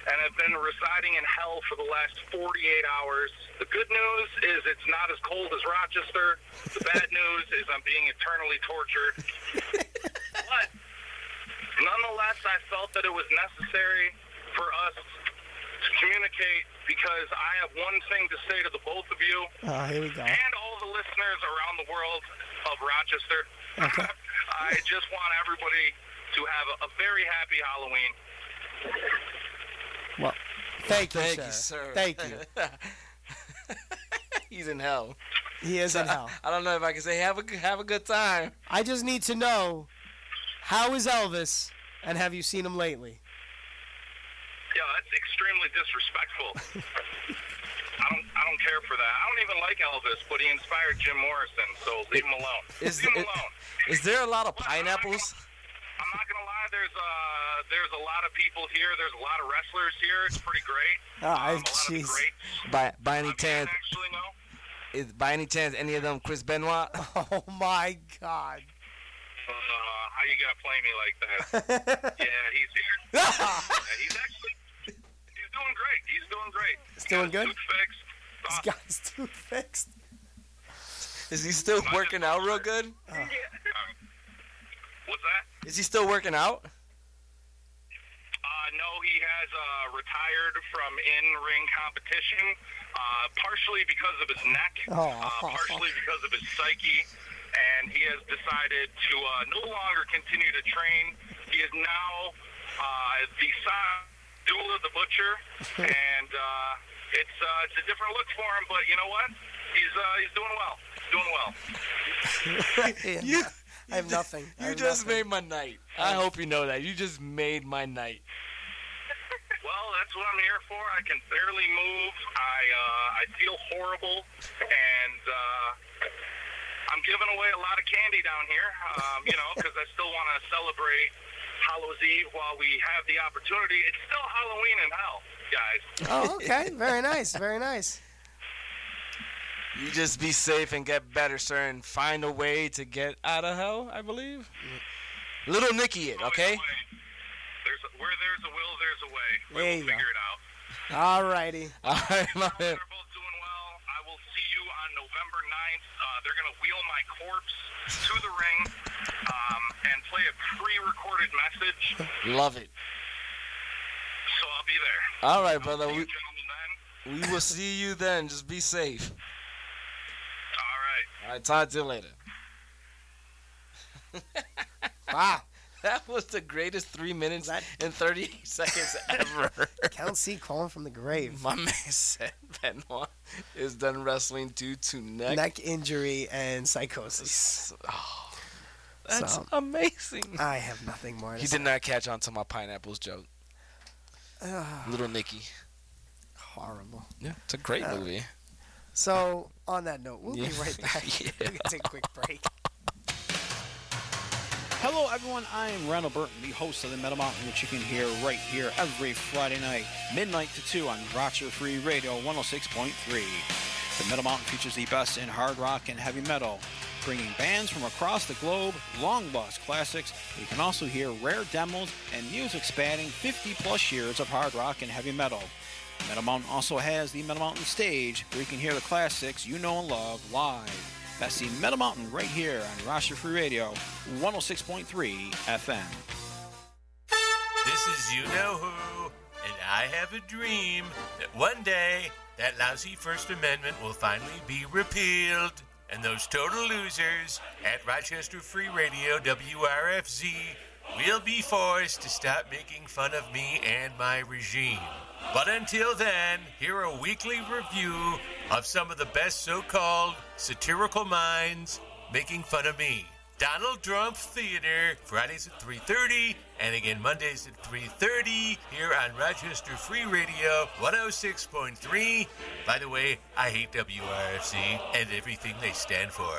[SPEAKER 8] and have been residing in hell for the last 48 hours. The good news is it's not as cold as Rochester. The bad news is I'm being eternally tortured. but nonetheless, I felt that it was necessary for us to communicate because I have one thing to say to the both of you
[SPEAKER 6] Oh, here we go.
[SPEAKER 8] and all the listeners around the world of Rochester. I just want everybody to have a, a very happy Halloween.
[SPEAKER 6] Well, thank you,
[SPEAKER 7] Thank
[SPEAKER 6] sir.
[SPEAKER 7] you, sir.
[SPEAKER 6] Thank you.
[SPEAKER 7] He's in hell.
[SPEAKER 6] He is in hell.
[SPEAKER 7] I don't know if I can say have a g- have a good time.
[SPEAKER 6] I just need to know how is Elvis, and have you seen him lately?
[SPEAKER 8] Yeah, that's extremely disrespectful. I don't I don't care for that. I don't even like Elvis, but he inspired Jim Morrison, so leave him alone.
[SPEAKER 7] Is
[SPEAKER 8] leave him
[SPEAKER 7] it-
[SPEAKER 8] alone.
[SPEAKER 7] Is there a lot of
[SPEAKER 8] Well, I'm not gonna-
[SPEAKER 7] pineapples?
[SPEAKER 8] I'm not gonna lie. There's uh, there's a lot of people here. There's a lot of wrestlers here. It's pretty great.
[SPEAKER 6] Ah,
[SPEAKER 8] um, a lot
[SPEAKER 6] jeez.
[SPEAKER 8] of greats.
[SPEAKER 7] By by any
[SPEAKER 8] I
[SPEAKER 7] chance,
[SPEAKER 8] actually no.
[SPEAKER 7] is by any chance any of them Chris Benoit?
[SPEAKER 6] Oh my God.
[SPEAKER 8] Uh, how you gonna play me like that? yeah, he's here. Yeah, he's actually he's doing great. He's doing great. He's
[SPEAKER 6] doing good?
[SPEAKER 8] Fixed.
[SPEAKER 6] This guy's too fixed.
[SPEAKER 7] Is he still working out real good?
[SPEAKER 8] What's that?
[SPEAKER 7] Is he still working out?
[SPEAKER 8] Uh, no, he has uh, retired from in-ring competition, uh, partially because of his neck, uh, partially because of his psyche, and he has decided to uh, no longer continue to train. He is now uh, the son of Dula the Butcher, and uh, it's uh, it's a different look for him. But you know what? He's uh, he's doing well. Doing well.
[SPEAKER 6] you, I have nothing. I
[SPEAKER 7] You
[SPEAKER 6] have
[SPEAKER 7] just
[SPEAKER 6] nothing.
[SPEAKER 7] made my night. I hope you know that. You just made my night.
[SPEAKER 8] Well, that's what I'm here for. I can barely move. I uh, I feel horrible, and uh, I'm giving away a lot of candy down here. Um, you know, because I still want to celebrate Hallows Eve while we have the opportunity. It's still Halloween in hell, guys.
[SPEAKER 6] Oh, okay. Very nice. Very nice.
[SPEAKER 7] You just be safe and get better, sir, and find a way to get out of hell, I believe. Little Nicky it, okay?
[SPEAKER 8] There's a, where there's a will, there's a way. We
[SPEAKER 6] There
[SPEAKER 8] will
[SPEAKER 6] you go.
[SPEAKER 8] figure it out.
[SPEAKER 6] All righty.
[SPEAKER 7] Alright, my man.
[SPEAKER 8] They're both doing well. I will see you on November 9th. Uh, they're going to wheel my corpse to the ring um, and play a pre-recorded message.
[SPEAKER 7] Love it.
[SPEAKER 8] So I'll be there.
[SPEAKER 7] Alright, brother.
[SPEAKER 8] See
[SPEAKER 7] We,
[SPEAKER 8] you gentlemen then.
[SPEAKER 7] we will see you then. Just be safe.
[SPEAKER 8] All right.
[SPEAKER 7] Alright, talk to you later.
[SPEAKER 6] Wow.
[SPEAKER 7] That was the greatest three minutes
[SPEAKER 6] That-
[SPEAKER 7] and 38 seconds ever.
[SPEAKER 6] Count C calling from the grave.
[SPEAKER 7] My man said Benoit is done wrestling due to neck.
[SPEAKER 6] Neck injury and psychosis.
[SPEAKER 7] Oh, that's
[SPEAKER 6] So-
[SPEAKER 7] amazing.
[SPEAKER 6] I have nothing more. To
[SPEAKER 7] He
[SPEAKER 6] say.
[SPEAKER 7] did not catch on to my pineapples joke.
[SPEAKER 6] Ugh,
[SPEAKER 7] Little Nicky.
[SPEAKER 6] horrible.
[SPEAKER 7] Yeah, it's a great
[SPEAKER 6] Uh,
[SPEAKER 7] movie.
[SPEAKER 6] So on that note, we'll be
[SPEAKER 7] Yeah.
[SPEAKER 6] right back.
[SPEAKER 7] Yeah.
[SPEAKER 6] We're gonna take a quick break.
[SPEAKER 9] Hello, everyone. I am Randall Burton, the host of the Metal Mountain, which you can hear right here every Friday night, midnight to 2 on Rochester Free Radio 106.3. The Metal Mountain features the best in hard rock and heavy metal, bringing bands from across the globe, long lost classics. You can also hear rare demos and music spanning 50 plus years of hard rock and heavy metal. Metal Mountain also has the Metal Mountain stage where you can hear the classics you know and love live. That's the Metal Mountain right here on Rochester Free Radio, 106.3 FM.
[SPEAKER 10] This is You Know Who, and I have a dream that one day that lousy First Amendment will finally be repealed, and those total losers at Rochester Free Radio WRFZ will be forced to stop making fun of me and my regime. But until then, here a weekly review of some of the best so called satirical minds making fun of me. Donald Trump Theater, Fridays at 3.30, and again Mondays at 3.30 here on Rochester Free Radio 106.3. By the way, I hate WRFC and everything they stand for.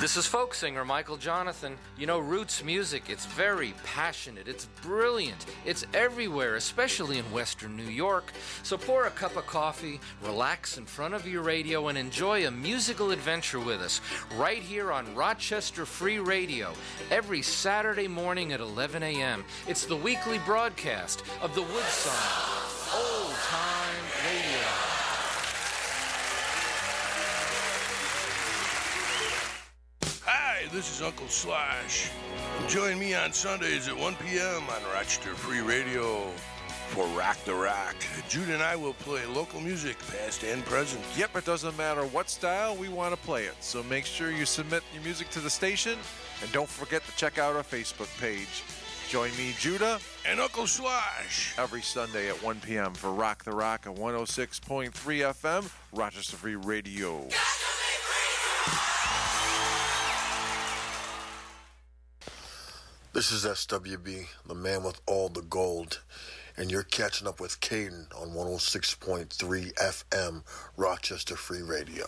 [SPEAKER 11] This is folk singer Michael Jonathan. You know, roots music, it's very passionate, it's brilliant, it's everywhere, especially in Western New York. So pour a cup of coffee, relax in front of your radio, and enjoy a musical adventure with us right here on Rochester Free Radio every Saturday morning at 11 a.m. It's the weekly broadcast of the Woodsong Old Time Radio.
[SPEAKER 5] Hi, this is Uncle Slash. Join me on Sundays at 1 p.m. on Rochester Free Radio for Rock the Rock. Jude and I will play local music, past and present.
[SPEAKER 12] Yep, it doesn't matter what style, we want to play it. So make sure you submit your music to the station and don't forget to check out our Facebook page. Join me, Judah,
[SPEAKER 5] And Uncle Slash.
[SPEAKER 12] every Sunday at 1 p.m. for Rock the Rock at 106.3 FM, Rochester Free Radio.
[SPEAKER 10] This is SWB, the man with all the gold, and you're catching up with Caden on 106.3 FM, Rochester Free Radio.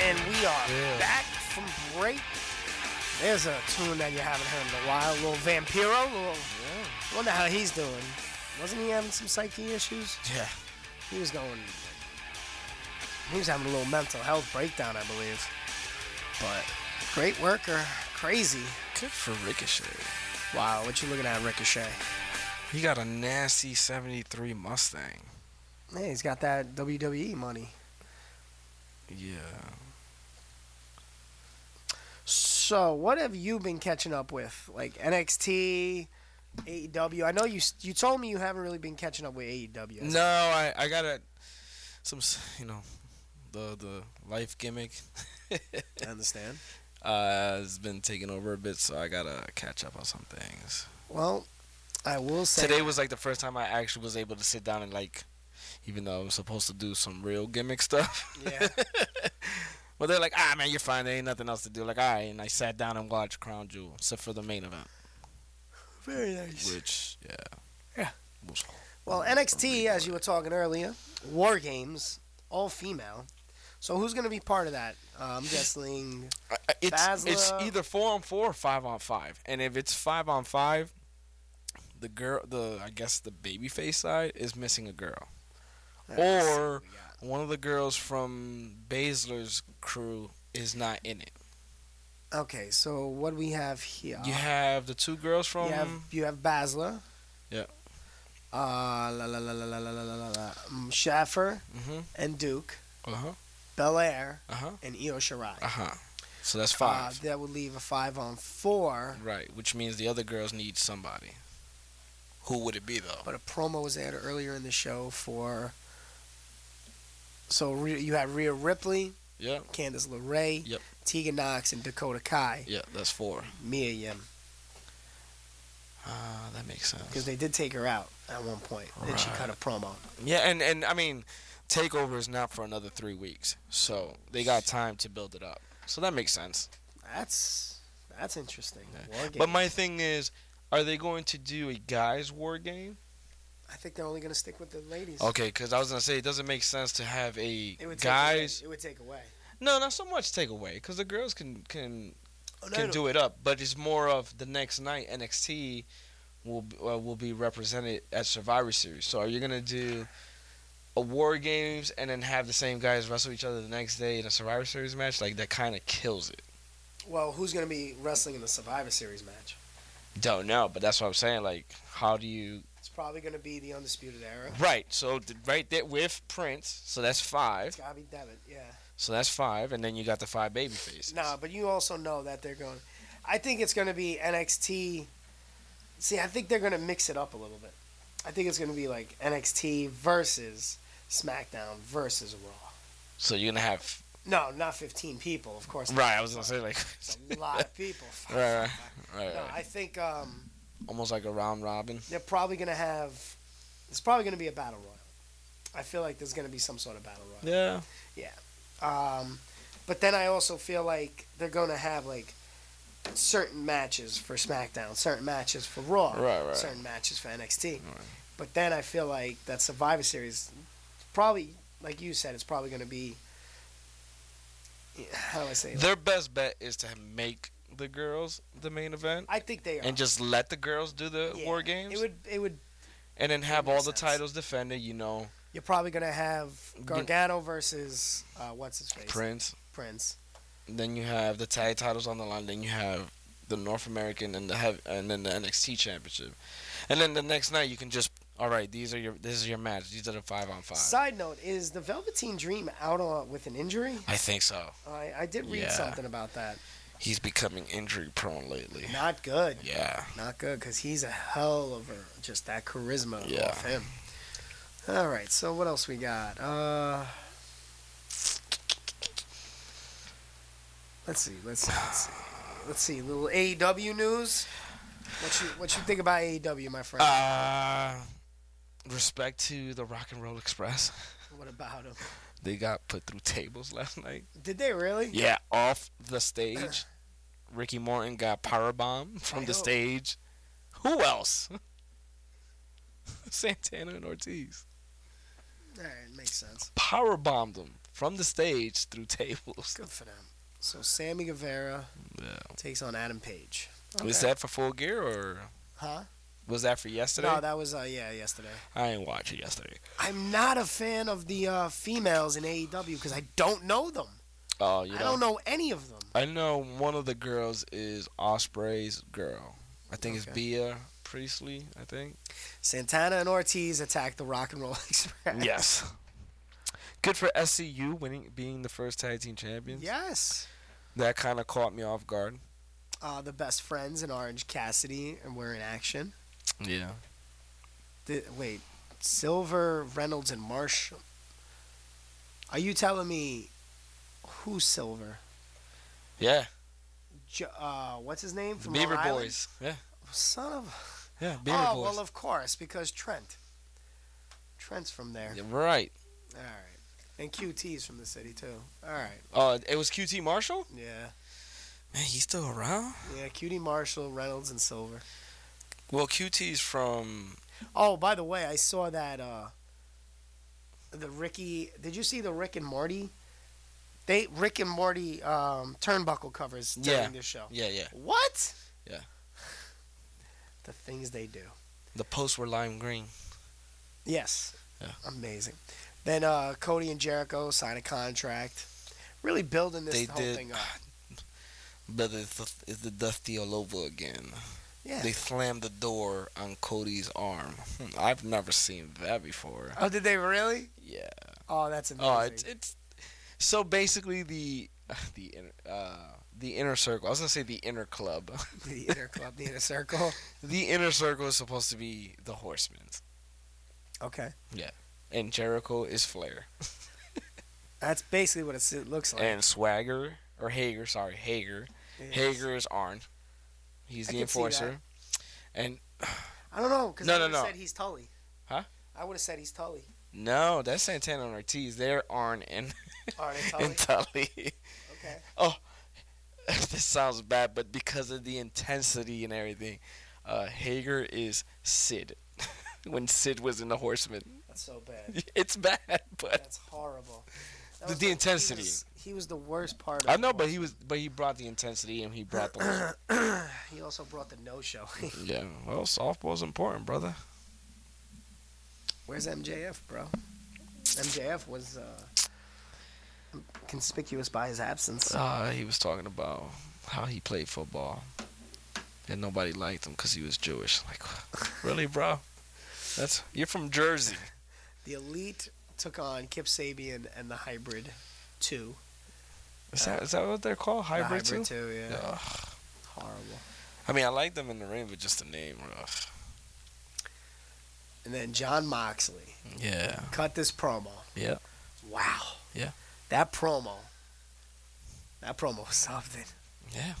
[SPEAKER 6] And we are back from break. There's a tune that you haven't heard in a while. little Vampiro. Little, Wonder how he's doing. Wasn't he having some psyche issues?
[SPEAKER 7] Yeah.
[SPEAKER 6] He was going. He was having a little mental health breakdown, I believe. But great worker. Crazy.
[SPEAKER 7] Good for Ricochet.
[SPEAKER 6] Wow, what you looking at, Ricochet?
[SPEAKER 7] He got a nasty 73 Mustang.
[SPEAKER 6] Yeah, he's got that WWE money.
[SPEAKER 7] Yeah.
[SPEAKER 6] So, what have you been catching up with? Like NXT, AEW. E I know you s- you told me you haven't really been catching up with E AEW.
[SPEAKER 7] No, I, I got a, some, s- you know, the the life gimmick.
[SPEAKER 6] I understand.
[SPEAKER 7] Uh, it's been taking over a bit, so I gotta catch up on some things.
[SPEAKER 6] Well, I will say
[SPEAKER 7] Today was like the first time I actually was able to sit down and like, even though I'm supposed to do some real gimmick stuff.
[SPEAKER 6] Yeah.
[SPEAKER 7] Well, they're like, ah, man, you're fine. There ain't nothing else to do. Like, all right. And I sat down and watched Crown Jewel, except for the main event,
[SPEAKER 6] very nice.
[SPEAKER 7] which, yeah.
[SPEAKER 6] Yeah.
[SPEAKER 7] was-
[SPEAKER 6] Well, NXT, as you were talking earlier, War Games, all female. So who's going to be part of that? Uh, I'm guessing.
[SPEAKER 7] I- I- It's, it's
[SPEAKER 6] Basler.
[SPEAKER 7] either four on four or five on five. And if it's five on five, the girl, the I guess the babyface side is missing a girl, or one of the girls from Baszler's crew is not in it.
[SPEAKER 6] Okay, so what do we have here?
[SPEAKER 7] You have the two girls from
[SPEAKER 6] Ah. you have you have Basler.
[SPEAKER 7] Yeah.
[SPEAKER 6] Uh, la la la la la la la la la. la. Mm, Shaffer
[SPEAKER 7] mm-hmm.
[SPEAKER 6] and Duke,
[SPEAKER 7] uh huh
[SPEAKER 6] Belair
[SPEAKER 7] uh huh
[SPEAKER 6] and Io Shirai.
[SPEAKER 7] uh huh. So that's
[SPEAKER 6] Uh,
[SPEAKER 7] five,
[SPEAKER 6] that would leave a five on four.
[SPEAKER 7] right? Which means the other girls need somebody. Who would it be though?
[SPEAKER 6] But a promo was aired earlier in the show for. So Rhea- you have Rhea Ripley,
[SPEAKER 7] Yeah,
[SPEAKER 6] Candice LeRae,
[SPEAKER 7] Yep.
[SPEAKER 6] Tegan Knox, and Dakota Kai.
[SPEAKER 7] yeah, that's four.
[SPEAKER 6] Mia Yim,
[SPEAKER 7] Ah, that makes sense.
[SPEAKER 6] because they did take her out at one point, and she cut a promo.
[SPEAKER 7] Yeah, and and I mean, takeover is not for another three weeks, so they got time to build it up. So that makes sense.
[SPEAKER 6] That's that's interesting. War
[SPEAKER 7] But
[SPEAKER 6] Games.
[SPEAKER 7] my thing is, are they going to do a guys' war game?
[SPEAKER 6] I think they're only gonna stick with the ladies.
[SPEAKER 7] Okay, because I was gonna say it doesn't make sense to have a
[SPEAKER 6] It would take
[SPEAKER 7] guys.
[SPEAKER 6] away- It would take away.
[SPEAKER 7] No, not so much takeaway, because the girls can can
[SPEAKER 6] Oh,
[SPEAKER 7] can do it up, but it's more of the next night NXT will b- uh, will be represented at Survivor Series. So are you gonna do a War Games and then have the same guys wrestle each other the next day in a Survivor Series match? Like that kind of kills it.
[SPEAKER 6] Well, who's gonna be wrestling in the Survivor Series match?
[SPEAKER 7] Don't know, but that's what I'm saying. Like, how do you?
[SPEAKER 6] It's probably gonna be the Undisputed Era.
[SPEAKER 7] Right. So th- right there with Prince, so that's
[SPEAKER 6] It's
[SPEAKER 7] five.
[SPEAKER 6] gotta be Devitt, yeah.
[SPEAKER 7] So that's five, and then you got the five baby faces.
[SPEAKER 6] Nah, but you also know that they're going. I think it's gonna be NXT. See, I think they're gonna mix it up a little bit. I think it's gonna be like NXT versus SmackDown versus Raw.
[SPEAKER 7] So you're gonna have
[SPEAKER 6] No, not 15 people, of course. not.
[SPEAKER 7] right. I was gonna say like
[SPEAKER 6] It's a lot of people.
[SPEAKER 7] right, right, right,
[SPEAKER 6] No,
[SPEAKER 7] right.
[SPEAKER 6] I think um,
[SPEAKER 7] almost like a round robin.
[SPEAKER 6] they're probably gonna have. It's probably gonna be a battle royal. I feel like there's gonna be some sort of battle royal.
[SPEAKER 7] Yeah.
[SPEAKER 6] Um, but then I also feel like they're gonna have like certain matches for SmackDown, certain matches for Raw,
[SPEAKER 7] Right, right.
[SPEAKER 6] certain matches for NXT.
[SPEAKER 7] Right.
[SPEAKER 6] But then I feel like that Survivor Series, probably like you said, it's probably gonna be. How do I say? it?
[SPEAKER 7] Their best bet is to make the girls the main event
[SPEAKER 6] I think they are.
[SPEAKER 7] and just let the girls do the
[SPEAKER 6] Yeah.
[SPEAKER 7] war games,
[SPEAKER 6] It would. It would.
[SPEAKER 7] and then have
[SPEAKER 6] would make
[SPEAKER 7] all the
[SPEAKER 6] sense.
[SPEAKER 7] titles defended. You know,
[SPEAKER 6] You're probably gonna have
[SPEAKER 7] Then-
[SPEAKER 6] Gargano versus uh, what's his face
[SPEAKER 7] Prince.
[SPEAKER 6] Prince.
[SPEAKER 7] Then you have the tag titles on the line. Then you have the North American and the heavy, and then the NXT Championship, and then the next night you can just all right. These are your this is your match. These are the five on five.
[SPEAKER 6] Side note: Is the Velveteen Dream out on, with an injury?
[SPEAKER 7] I think so.
[SPEAKER 6] I, I did read
[SPEAKER 7] Yeah.
[SPEAKER 6] something about that.
[SPEAKER 7] He's becoming injury prone lately.
[SPEAKER 6] Not good.
[SPEAKER 7] Yeah.
[SPEAKER 6] Not good because he's a hell of a just that charisma
[SPEAKER 7] Yeah.
[SPEAKER 6] off him. All right, so what else we got? Uh, let's see, let's see, let's see, let's see. Little AEW news. What you what you think about AEW, my friend?
[SPEAKER 7] Uh, respect to the Rock and Roll Express.
[SPEAKER 6] what about him?
[SPEAKER 7] They got put through tables last night.
[SPEAKER 6] Did they really?
[SPEAKER 7] Yeah, off the stage. Ricky Morton got powerbombed
[SPEAKER 6] I
[SPEAKER 7] from the
[SPEAKER 6] hope.
[SPEAKER 7] stage. Who else? Santana and Ortiz.
[SPEAKER 6] All right, makes sense.
[SPEAKER 7] Powerbombed them from the stage through tables.
[SPEAKER 6] Good for them. So Sammy Guevara
[SPEAKER 7] Yeah.
[SPEAKER 6] takes on Adam Page.
[SPEAKER 7] Was
[SPEAKER 6] Okay.
[SPEAKER 7] that for full gear or
[SPEAKER 6] Huh?
[SPEAKER 7] was that for yesterday?
[SPEAKER 6] No, that was uh, yeah, yesterday.
[SPEAKER 7] I ain't watch it yesterday.
[SPEAKER 6] I'm not a fan of the uh, females in AEW because I don't know them.
[SPEAKER 7] Oh, you
[SPEAKER 6] I don't know any of them.
[SPEAKER 7] I know one of the girls is Osprey's girl. I think it's
[SPEAKER 6] Okay.
[SPEAKER 7] Bia. Pr- Priestley, I think.
[SPEAKER 6] Santana and Ortiz attacked the Rock and Roll Express.
[SPEAKER 7] Yes. Good for SCU winning, being the first tag team champions.
[SPEAKER 6] Yes.
[SPEAKER 7] That kind of caught me off guard.
[SPEAKER 6] Uh, the best friends and Orange Cassidy were in action.
[SPEAKER 7] Yeah.
[SPEAKER 6] The, wait, Silver, Reynolds, and Marshall. Are you telling me who's Silver?
[SPEAKER 7] Yeah.
[SPEAKER 6] Jo- uh, what's his name?
[SPEAKER 7] The
[SPEAKER 6] From Long
[SPEAKER 7] Beaver
[SPEAKER 6] Island?
[SPEAKER 7] Boys. Yeah.
[SPEAKER 6] Son of.
[SPEAKER 7] Yeah. Beaver
[SPEAKER 6] oh,
[SPEAKER 7] Boys.
[SPEAKER 6] well, of course, because Trent. Trent's from there.
[SPEAKER 7] Yeah, right.
[SPEAKER 6] All right. And QT's from the city, too. All right.
[SPEAKER 7] Uh, it was QT Marshall.
[SPEAKER 6] Yeah.
[SPEAKER 7] Man, he's still around.
[SPEAKER 6] Yeah, QT Marshall, Reynolds, and Silver.
[SPEAKER 7] Well, QT's from.
[SPEAKER 6] Oh, by the way, I saw that uh the Ricky did you see the Rick and Morty? They Rick and Morty um turnbuckle covers during
[SPEAKER 7] Yeah.
[SPEAKER 6] this show.
[SPEAKER 7] Yeah, yeah.
[SPEAKER 6] What?
[SPEAKER 7] Yeah.
[SPEAKER 6] The things they do.
[SPEAKER 7] The posts were lime green.
[SPEAKER 6] Yes.
[SPEAKER 7] Yeah.
[SPEAKER 6] Amazing. Then uh Cody and Jericho sign a contract. Really building this
[SPEAKER 7] They
[SPEAKER 6] whole
[SPEAKER 7] did.
[SPEAKER 6] thing up.
[SPEAKER 7] But it's the, it's the Dusty all over again.
[SPEAKER 6] Yeah.
[SPEAKER 7] They slammed the door on Cody's arm. Hmm, I've never seen that before.
[SPEAKER 6] oh, did they really?
[SPEAKER 7] Yeah.
[SPEAKER 6] Oh, that's amazing.
[SPEAKER 7] Oh, it's it's so basically the the inner uh, the inner circle. I was gonna say the inner club.
[SPEAKER 6] the inner club, the inner circle.
[SPEAKER 7] the inner circle is supposed to be the Horsemen,
[SPEAKER 6] Okay.
[SPEAKER 7] and Jericho is Flair,
[SPEAKER 6] That's basically what it's- it looks like.
[SPEAKER 7] and Swagger or Hager. Sorry, Hager.
[SPEAKER 6] Yes.
[SPEAKER 7] Hager is Arn. He's
[SPEAKER 6] I
[SPEAKER 7] the
[SPEAKER 6] can see that.
[SPEAKER 7] enforcer. And
[SPEAKER 6] I don't know because
[SPEAKER 7] No,
[SPEAKER 6] I
[SPEAKER 7] no,
[SPEAKER 6] would have
[SPEAKER 7] no.
[SPEAKER 6] said he's Tully.
[SPEAKER 7] Huh?
[SPEAKER 6] I would have said he's Tully.
[SPEAKER 7] no, that's Santana and Ortiz. They're Arn and
[SPEAKER 6] All right, Tully.
[SPEAKER 7] and Tully.
[SPEAKER 6] okay.
[SPEAKER 7] this sounds bad, but because of the intensity and everything, uh, Hager is Sid. when Sid was in the Horseman,
[SPEAKER 6] That's so bad.
[SPEAKER 7] it's bad, but
[SPEAKER 6] That's horrible. That
[SPEAKER 7] The-
[SPEAKER 6] was
[SPEAKER 7] the
[SPEAKER 6] he
[SPEAKER 7] intensity.
[SPEAKER 6] was- He was, the worst part. Of
[SPEAKER 7] I know.
[SPEAKER 6] it.
[SPEAKER 7] But he was, but he brought the intensity and he brought the.
[SPEAKER 6] he also brought the no show.
[SPEAKER 7] yeah, well, softball's important, brother.
[SPEAKER 6] Where's MJF, bro? MJF was uh, conspicuous by his absence.
[SPEAKER 7] Uh, he was talking about how he played football, and nobody liked him because he was Jewish. Like, really, bro? That's you're from Jersey.
[SPEAKER 6] The elite took on Kip Sabian and the hybrid two.
[SPEAKER 7] Is that is that what they're called?
[SPEAKER 6] The
[SPEAKER 7] Hybrid,
[SPEAKER 6] hybrid
[SPEAKER 7] too?
[SPEAKER 6] two, yeah.
[SPEAKER 7] Ugh.
[SPEAKER 6] Horrible.
[SPEAKER 7] I mean, I like them in the ring, but just the name. Ugh.
[SPEAKER 6] And then John Moxley
[SPEAKER 7] Yeah.
[SPEAKER 6] cut this promo.
[SPEAKER 7] Yeah.
[SPEAKER 6] Wow.
[SPEAKER 7] Yeah.
[SPEAKER 6] That promo. That promo was something.
[SPEAKER 7] Yeah.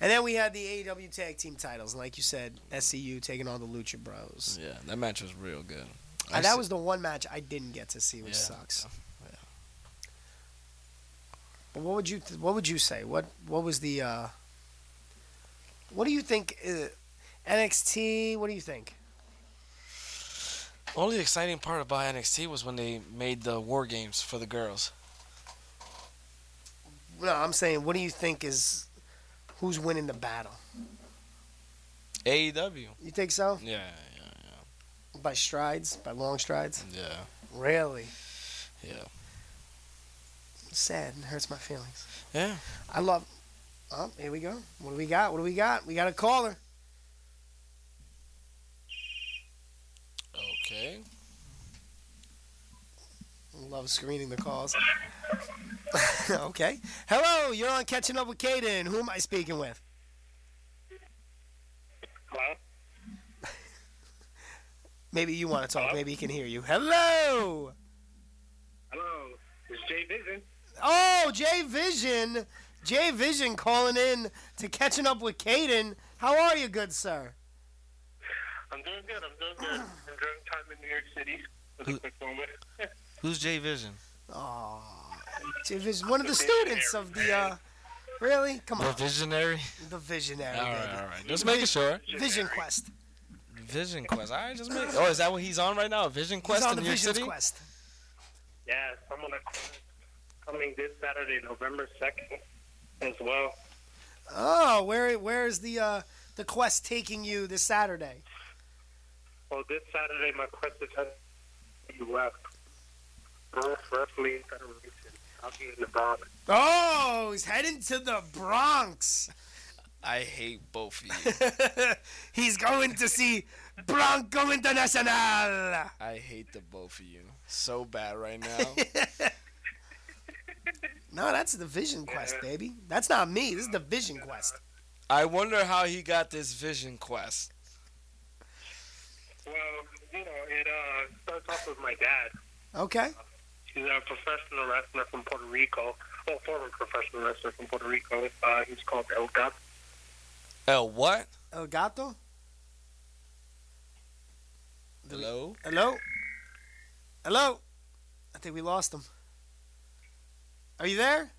[SPEAKER 6] And then we had the AEW tag team titles, and like you said, SCU taking on the Lucha Bros.
[SPEAKER 7] Yeah, that match was real good.
[SPEAKER 6] And Uh, that was the one match I didn't get to see, which
[SPEAKER 7] Mm, Yeah.
[SPEAKER 6] sucks.
[SPEAKER 7] Yeah.
[SPEAKER 6] But what would you th- What would you say? What What was the uh, What do you think? Uh, NXT. What do you think?
[SPEAKER 7] only exciting part about NXT was when they made the war games for the girls.
[SPEAKER 6] No, I'm saying, what do you think is who's winning the battle? E
[SPEAKER 7] AEW.
[SPEAKER 6] You think so?
[SPEAKER 7] Yeah,
[SPEAKER 6] By strides, by long strides.
[SPEAKER 7] yeah, yeah.
[SPEAKER 6] Really
[SPEAKER 7] Yeah.
[SPEAKER 6] sad and hurts my feelings.
[SPEAKER 7] Yeah.
[SPEAKER 6] I love. Oh, here we go. What do we got? What do we got? We got a caller.
[SPEAKER 7] Okay.
[SPEAKER 6] Love screening the calls. okay. Hello, you're on Catching Up with Caden. Who am I speaking with?
[SPEAKER 8] Hello?
[SPEAKER 6] Maybe you want to talk. Maybe he can hear you. Hello.
[SPEAKER 8] Hello. It's Jay Vision.
[SPEAKER 6] Oh, Jay Vision. Jay Vision calling in to Catching Up with Caden. How are you, good sir?
[SPEAKER 8] I'm doing good. I'm doing good. I'm doing time in New York City with a performer.
[SPEAKER 7] Who's Jay Vision?
[SPEAKER 6] Oh, Jay Vision, one of the students of the. Uh, really? Come
[SPEAKER 7] The
[SPEAKER 6] on,
[SPEAKER 7] Oh, Visionary.
[SPEAKER 6] the visionary.
[SPEAKER 7] All right,
[SPEAKER 6] baby.
[SPEAKER 7] all right. Just making sure.
[SPEAKER 6] Vision Quest.
[SPEAKER 7] Vision Quest. All right, just make. Oh, is that what he's on right now? Vision Quest
[SPEAKER 6] He's on
[SPEAKER 7] in
[SPEAKER 6] the
[SPEAKER 7] New York
[SPEAKER 6] Vision
[SPEAKER 7] City.
[SPEAKER 6] Quest.
[SPEAKER 8] Yeah, I'm gonna coming this Saturday, November second, as well.
[SPEAKER 6] Oh, where where is the uh, the quest taking you this Saturday?
[SPEAKER 8] Well, this Saturday my quest is headed to the U.S. World Wrestling Federation. I'll be in the Bronx.
[SPEAKER 6] Oh, he's heading to the Bronx.
[SPEAKER 7] I hate both of you.
[SPEAKER 6] He's going to see Bronco Internacional.
[SPEAKER 7] I hate the both of you so bad right now.
[SPEAKER 6] No, that's a Division Quest, baby. That's not me. This is Division Quest.
[SPEAKER 7] I wonder how he got this vision quest.
[SPEAKER 8] Well, you know, it uh, starts off with my dad.
[SPEAKER 6] Okay.
[SPEAKER 8] He's a professional wrestler from Puerto Rico. Well, former professional wrestler from Puerto Rico. Uh, he's called El Gato.
[SPEAKER 7] El what?
[SPEAKER 6] El Gato.
[SPEAKER 7] Hello?
[SPEAKER 6] Hello. Hello. I think we lost him. Are you there?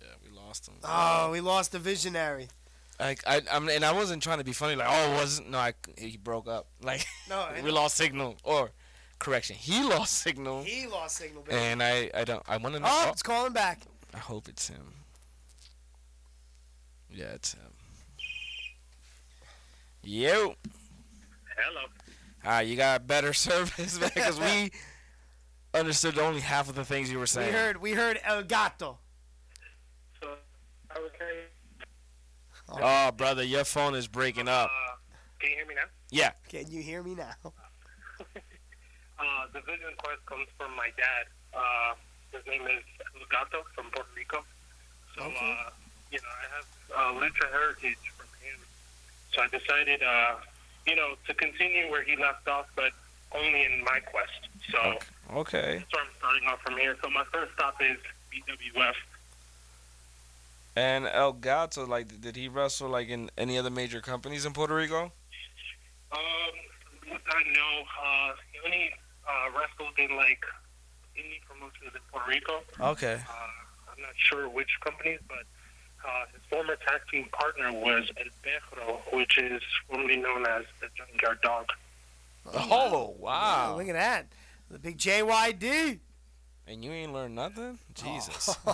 [SPEAKER 7] Yeah, we lost him.
[SPEAKER 6] Oh, we lost the visionary.
[SPEAKER 7] Like I, I'm, and I wasn't trying to be funny. Like, oh, wasn't no, I, he broke up. Like,
[SPEAKER 6] No, Oh, I
[SPEAKER 7] we
[SPEAKER 6] know.
[SPEAKER 7] lost signal. Or, correction, he lost signal.
[SPEAKER 6] He lost signal, baby.
[SPEAKER 7] and I, I don't, I want to know.
[SPEAKER 6] oh, it's calling back.
[SPEAKER 7] I hope it's him. Yeah, it's him. Yo,
[SPEAKER 8] Hello.
[SPEAKER 7] ah, you got better service man, because we understood only half of the things you were
[SPEAKER 6] We
[SPEAKER 7] saying.
[SPEAKER 6] heard, we heard El Gato.
[SPEAKER 8] So I was saying,
[SPEAKER 7] Oh, brother, your phone is breaking up.
[SPEAKER 8] uh, can you hear me now?
[SPEAKER 7] Yeah,
[SPEAKER 6] Can you hear me now?
[SPEAKER 8] Uh, the vision quest comes from my dad. Uh, his name is El Gato from Puerto Rico. So, uh, you know, I have uh, lucha heritage from him. So I decided, uh, you know, to continue where he left off, but only in my quest. So
[SPEAKER 7] okay.
[SPEAKER 8] that's where I'm starting off from here. So my first stop is BWF.
[SPEAKER 7] And El Gato, like, did he wrestle like in any other major companies in Puerto Rico?
[SPEAKER 8] Um, I know. Uh, he only uh, wrestled in like indie promotions in Puerto Rico.
[SPEAKER 7] Okay.
[SPEAKER 8] Uh, I'm not sure which companies, but uh, his former tag team partner was El Perro, which is formerly known as the Junkyard Dog.
[SPEAKER 7] Oh wow!
[SPEAKER 6] Look at that. The big JYD.
[SPEAKER 7] And you ain't learned nothing? Jesus.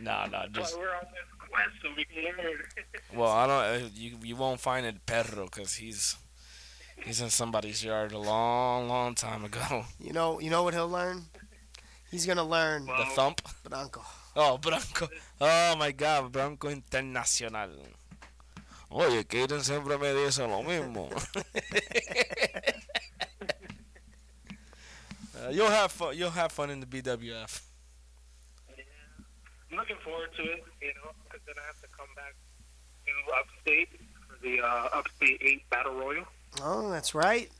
[SPEAKER 7] nah, nah,
[SPEAKER 8] But
[SPEAKER 7] just
[SPEAKER 8] we're on this quest so we can learn.
[SPEAKER 7] well, I don't. Uh, you you won't find it perro because he's he's in somebody's yard a long, long time ago.
[SPEAKER 6] You know, you know what he'll learn? He's gonna learn
[SPEAKER 7] The thump.
[SPEAKER 6] Bronco.
[SPEAKER 7] Oh, Branco. Oh my God, Branco Internacional. Oye, Kaden siempre me dice lo mismo. Uh, you'll have fun. You'll have fun in the BWF.
[SPEAKER 8] I'm looking forward to it, you know, because then I have to come back to Upstate for the uh, Upstate 8 Battle Royal.
[SPEAKER 6] Oh, that's right.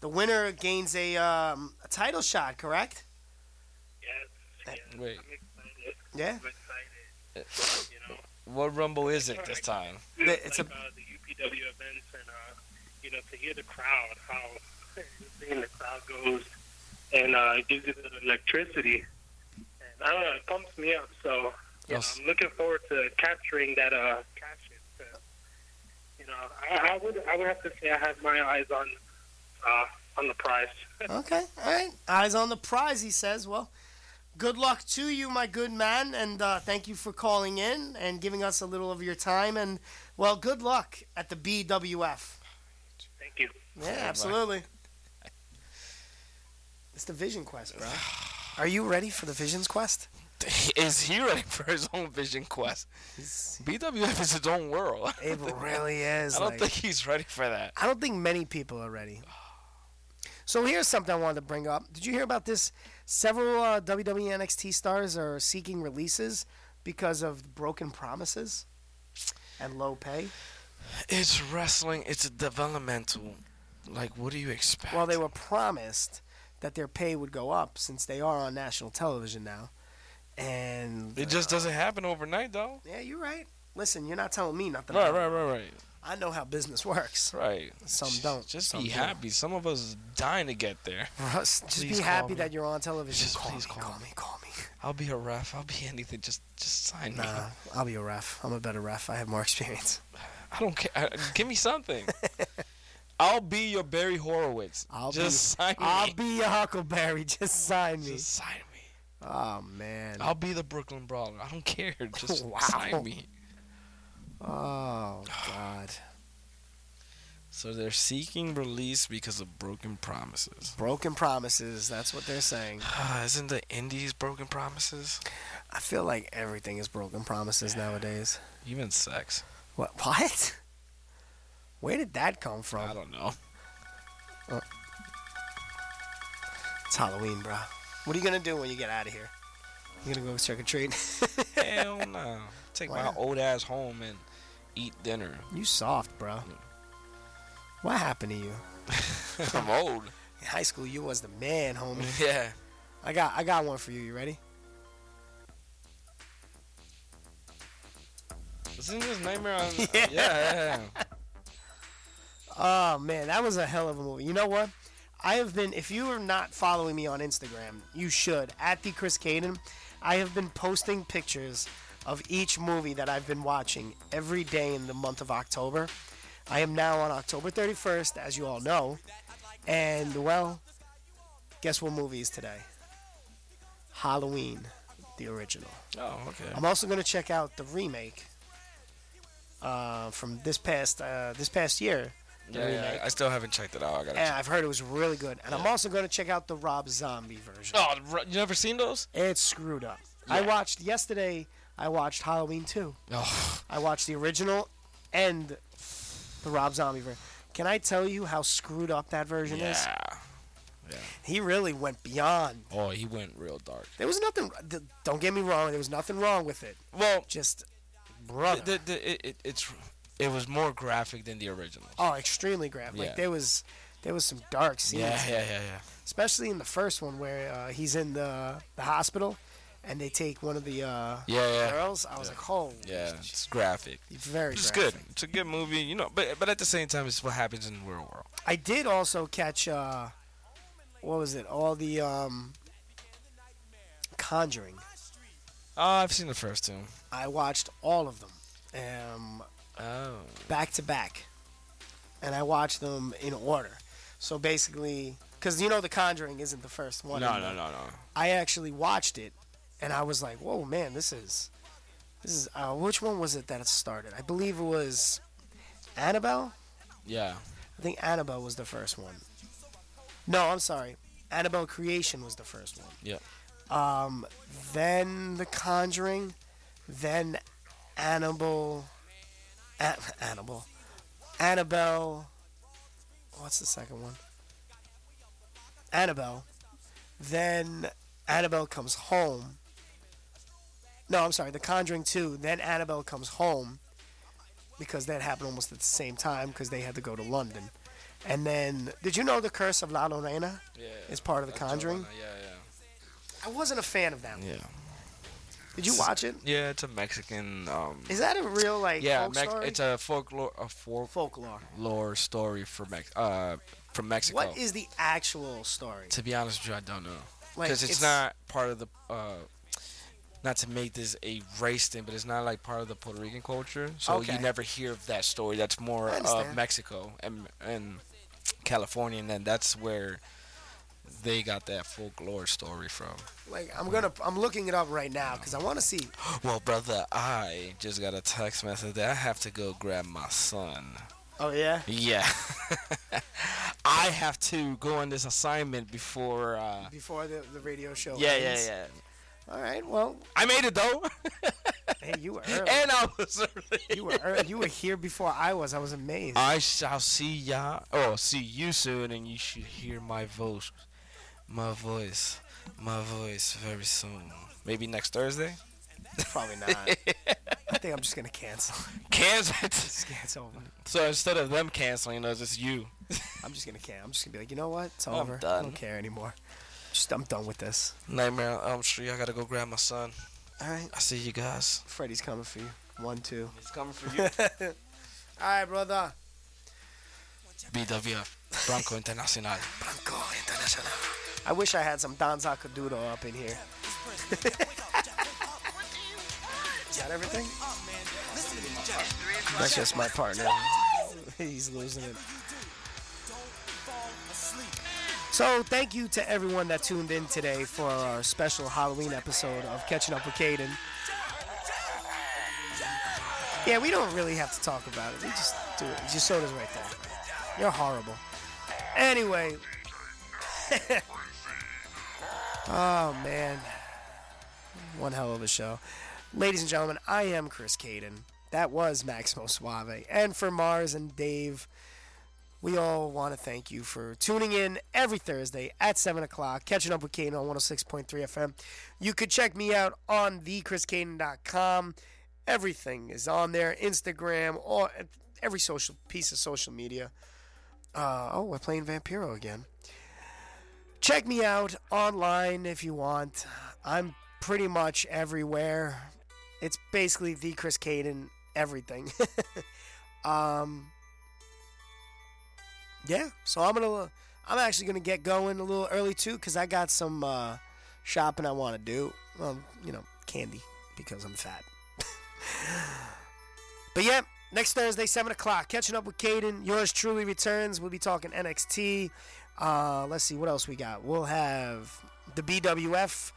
[SPEAKER 6] The winner gains a, um, a title shot, correct?
[SPEAKER 8] Yes, yes.
[SPEAKER 7] Wait,
[SPEAKER 8] I'm excited.
[SPEAKER 6] Yeah.
[SPEAKER 8] I'm excited. You know,
[SPEAKER 7] what rumble is it this time?
[SPEAKER 6] The- it's
[SPEAKER 8] like,
[SPEAKER 6] a-
[SPEAKER 8] uh, the UPW events and uh, you know to hear the crowd, how seeing the crowd goes, and uh, it gives you the electricity. And I don't know, it pumps me up. So you know,
[SPEAKER 7] Yes.
[SPEAKER 8] I'm looking forward to capturing that uh, cash. in. So, you know, I, I would I would have to say I have my eyes on uh, on the prize.
[SPEAKER 6] Okay, all right. Eyes on the prize, he says. Well, good luck to you, my good man, and uh, thank you for calling in and giving us a little of your time. And well, good luck at the BWF.
[SPEAKER 8] Thank you.
[SPEAKER 6] Yeah, absolutely. It's the Vision Quest, bro. Are you ready for the Visions Quest?
[SPEAKER 7] Is he ready for his own vision quest? BWF is his own world.
[SPEAKER 6] It really is.
[SPEAKER 7] I don't
[SPEAKER 6] like-
[SPEAKER 7] think he's ready for that.
[SPEAKER 6] I don't think many people are ready. So here's something I wanted to bring up. Did you hear about this? Several uh, WWE NXT stars are seeking releases because of broken promises and low pay.
[SPEAKER 7] It's wrestling. It's developmental. Like, what do you expect?
[SPEAKER 6] Well, they were promised that their pay would go up since they are on national television now. And
[SPEAKER 7] It just doesn't happen overnight, though.
[SPEAKER 6] yeah, you're right. Listen, you're not telling me nothing.
[SPEAKER 7] Right, right, right, right,
[SPEAKER 6] I know how business works.
[SPEAKER 7] right.
[SPEAKER 6] Some don't.
[SPEAKER 7] Just
[SPEAKER 6] Some
[SPEAKER 7] be
[SPEAKER 6] do.
[SPEAKER 7] happy. Some of us dying to get there.
[SPEAKER 6] Russ, just
[SPEAKER 7] Please
[SPEAKER 6] be
[SPEAKER 7] call
[SPEAKER 6] happy
[SPEAKER 7] me.
[SPEAKER 6] that you're on television.
[SPEAKER 7] Just
[SPEAKER 6] call
[SPEAKER 7] please
[SPEAKER 6] me,
[SPEAKER 7] call
[SPEAKER 6] call
[SPEAKER 7] me.
[SPEAKER 6] me, call me.
[SPEAKER 7] I'll be a ref. I'll be anything. Just, just sign me.
[SPEAKER 6] Nah, I'll be a ref. I'm a better ref. I have more experience.
[SPEAKER 7] I don't care. I- give me something. I'll be your Barry Horowitz.
[SPEAKER 6] I'll
[SPEAKER 7] just
[SPEAKER 6] be,
[SPEAKER 7] sign
[SPEAKER 6] I'll
[SPEAKER 7] me.
[SPEAKER 6] be your Huckleberry. Just sign me.
[SPEAKER 7] Just sign me.
[SPEAKER 6] oh man.
[SPEAKER 7] I'll be the Brooklyn Brawler. I don't care. Just
[SPEAKER 6] Wow.
[SPEAKER 7] sign me.
[SPEAKER 6] Oh god.
[SPEAKER 7] So they're seeking release because of broken promises.
[SPEAKER 6] Broken promises. That's what they're saying.
[SPEAKER 7] Uh, Isn't the indies broken promises?
[SPEAKER 6] I feel like everything is broken promises nowadays.
[SPEAKER 7] Even sex.
[SPEAKER 6] What? What? Where did that come from? I
[SPEAKER 7] don't know.
[SPEAKER 6] It's Halloween, bro. What are you gonna do when you get out of here? You gonna go trick or treat?
[SPEAKER 7] Hell no. Take my
[SPEAKER 6] Why?
[SPEAKER 7] old ass home and eat dinner.
[SPEAKER 6] You soft, bro. What happened to you?
[SPEAKER 7] I'm old.
[SPEAKER 6] In high school, you was the man, homie.
[SPEAKER 7] Yeah.
[SPEAKER 6] I got, I got one for you. You ready?
[SPEAKER 7] Isn't this Nightmare on... yeah. yeah.
[SPEAKER 6] Oh man, that was a hell of a movie. You know what? I have been. If you are not following me on Instagram, you should. At the Chris Caden, I have been posting pictures of each movie that I've been watching every day in the month of October. I am now on October 31st, as you all know, and well, guess what movie is today? Halloween, the original.
[SPEAKER 7] Oh, okay.
[SPEAKER 6] I'm also going to check out the remake uh, from this past uh, this past year. The
[SPEAKER 7] Yeah, yeah,
[SPEAKER 6] remake.
[SPEAKER 7] I still haven't checked it out. I gotta
[SPEAKER 6] And
[SPEAKER 7] check.
[SPEAKER 6] I've heard it was really good. And I'm also going to check out the Rob Zombie version.
[SPEAKER 7] Oh, r- you never seen those?
[SPEAKER 6] It's screwed up. I
[SPEAKER 7] Yeah.
[SPEAKER 6] watched yesterday. I watched Halloween 2.
[SPEAKER 7] Oh,
[SPEAKER 6] I watched the original and the Rob Zombie version. Can I tell you how screwed up that version is?
[SPEAKER 7] yeah. Yeah.
[SPEAKER 6] He really went beyond.
[SPEAKER 7] Oh, he went real dark.
[SPEAKER 6] There was nothing. th- Don't get me wrong. There was nothing wrong with it.
[SPEAKER 7] Well,
[SPEAKER 6] Just brother.
[SPEAKER 7] the, the, it, it, it's it was more graphic than the original.
[SPEAKER 6] oh, extremely graphic.
[SPEAKER 7] Yeah.
[SPEAKER 6] Like there was, there was some dark scenes.
[SPEAKER 7] Yeah, yeah, yeah, yeah.
[SPEAKER 6] especially in the first one where uh, he's in the the hospital and they take one of the uh,
[SPEAKER 7] Yeah, yeah.
[SPEAKER 6] girls. I was like, holy,
[SPEAKER 7] Yeah, it's graphic.
[SPEAKER 6] very.
[SPEAKER 7] It's
[SPEAKER 6] graphic.
[SPEAKER 7] good. It's a good movie, you know. But but at the same time, it's what happens in the real world.
[SPEAKER 6] I did also catch uh, what was it? All the um, Conjuring.
[SPEAKER 7] Oh, I've seen the first two.
[SPEAKER 6] I watched all of them, um,
[SPEAKER 7] Oh,
[SPEAKER 6] back to back, and I watched them in order. So basically, because you know, The Conjuring isn't the first one.
[SPEAKER 7] no,
[SPEAKER 6] in
[SPEAKER 7] no, no,
[SPEAKER 6] the-
[SPEAKER 7] no.
[SPEAKER 6] I actually watched it, and I was like, "Whoa, man, this is, this is." Uh, which one was it that it started? I believe it was Annabelle.
[SPEAKER 7] Yeah,
[SPEAKER 6] I think Annabelle was the first one. No, I'm sorry. Annabelle Creation was the first one.
[SPEAKER 7] yeah.
[SPEAKER 6] Um, then The Conjuring, then Annabelle, A- Annabelle, Annabelle. What's the second one? Annabelle. Then Annabelle comes home. No, I'm sorry. The Conjuring two. Then Annabelle comes home, because that happened almost at the same time because they had to go to London. And then, did you know the Curse of La Llorona
[SPEAKER 7] Yeah.
[SPEAKER 6] is part of the Conjuring?
[SPEAKER 7] Yeah,
[SPEAKER 6] I wasn't a fan of that.
[SPEAKER 7] yeah. Yeah.
[SPEAKER 6] Did you watch it?
[SPEAKER 7] Yeah, it's a Mexican. Um.
[SPEAKER 6] Is that a real like
[SPEAKER 7] yeah,
[SPEAKER 6] folk
[SPEAKER 7] Mex-
[SPEAKER 6] story?
[SPEAKER 7] it's a folklore, a folk-
[SPEAKER 6] folklore.
[SPEAKER 7] lore story for Mex- uh, from Mexico.
[SPEAKER 6] What is the actual story?
[SPEAKER 7] To be honest with you, I don't know.
[SPEAKER 6] Like,
[SPEAKER 7] Because it's,
[SPEAKER 6] it's-
[SPEAKER 7] not part of the. Uh, not to make this a race thing, but it's not like part of the Puerto Rican culture, so
[SPEAKER 6] Okay.
[SPEAKER 7] you never hear of that story. That's more
[SPEAKER 6] I
[SPEAKER 7] of
[SPEAKER 6] understand.
[SPEAKER 7] Mexico and and California, and then that's where they got that folklore story from.
[SPEAKER 6] Like I'm gonna I'm looking it up right now because I want to see.
[SPEAKER 7] Well, brother, I just got a text message that I have to go grab my son.
[SPEAKER 6] Oh yeah.
[SPEAKER 7] Yeah, I have to go on this assignment before. Uh,
[SPEAKER 6] Before the, the radio show.
[SPEAKER 7] yeah, yeah,
[SPEAKER 6] ends.
[SPEAKER 7] yeah.
[SPEAKER 6] All right. Well,
[SPEAKER 7] I made it though.
[SPEAKER 6] hey, you were early.
[SPEAKER 7] and I was early.
[SPEAKER 6] you were early. you were here before I was. I was amazed.
[SPEAKER 7] I shall see ya. Oh, see you soon, and you should hear my voice, my voice, my voice very soon. Maybe next Thursday.
[SPEAKER 6] Probably not. I think I'm just gonna cancel.
[SPEAKER 7] Cancel.
[SPEAKER 6] Just cancel over.
[SPEAKER 7] so instead of them canceling us, it's you.
[SPEAKER 6] I'm just gonna cancel. I'm just gonna be like, you know what? It's
[SPEAKER 7] I'm
[SPEAKER 6] over. I
[SPEAKER 7] done.
[SPEAKER 6] don't care anymore. Just I'm done with this.
[SPEAKER 7] Nightmare on Elm Street. I gotta go grab my son.
[SPEAKER 6] All right.
[SPEAKER 7] I see you guys.
[SPEAKER 6] Freddy's coming for you. One, two.
[SPEAKER 7] It's coming for you.
[SPEAKER 6] All right, brother.
[SPEAKER 7] BWF Bronco Internacional.
[SPEAKER 6] Blanco International. I wish I had some Don Zaccadudo up in here. Is that everything? That's just my partner. He's losing it. So, thank you to everyone that tuned in today for our special Halloween episode of Catching Up with Caden. Yeah, we don't really have to talk about it. We just do it. Just so does right there. You're horrible. Anyway. oh, man. One hell of a show. Ladies and gentlemen, I am Chris Caden. That was Maximo Suave. And for Mars and Dave, we all want to thank you for tuning in every Thursday at 7 o'clock, catching up with Caden on 106.3 FM. You could check me out on thechriscaden.com. Everything is on there Instagram, all, every social piece of social media. Uh, oh, we're playing Vampiro again. Check me out online if you want. I'm pretty much everywhere. It's basically the Chris Caden everything. um, yeah, so I'm gonna I'm actually gonna get going a little early too because I got some uh, shopping I want to do. Well, you know, candy because I'm fat. but yeah, next Thursday, seven o'clock, catching up with Caden. Yours truly returns. We'll be talking NXT. Uh, let's see what else we got. We'll have the BWF.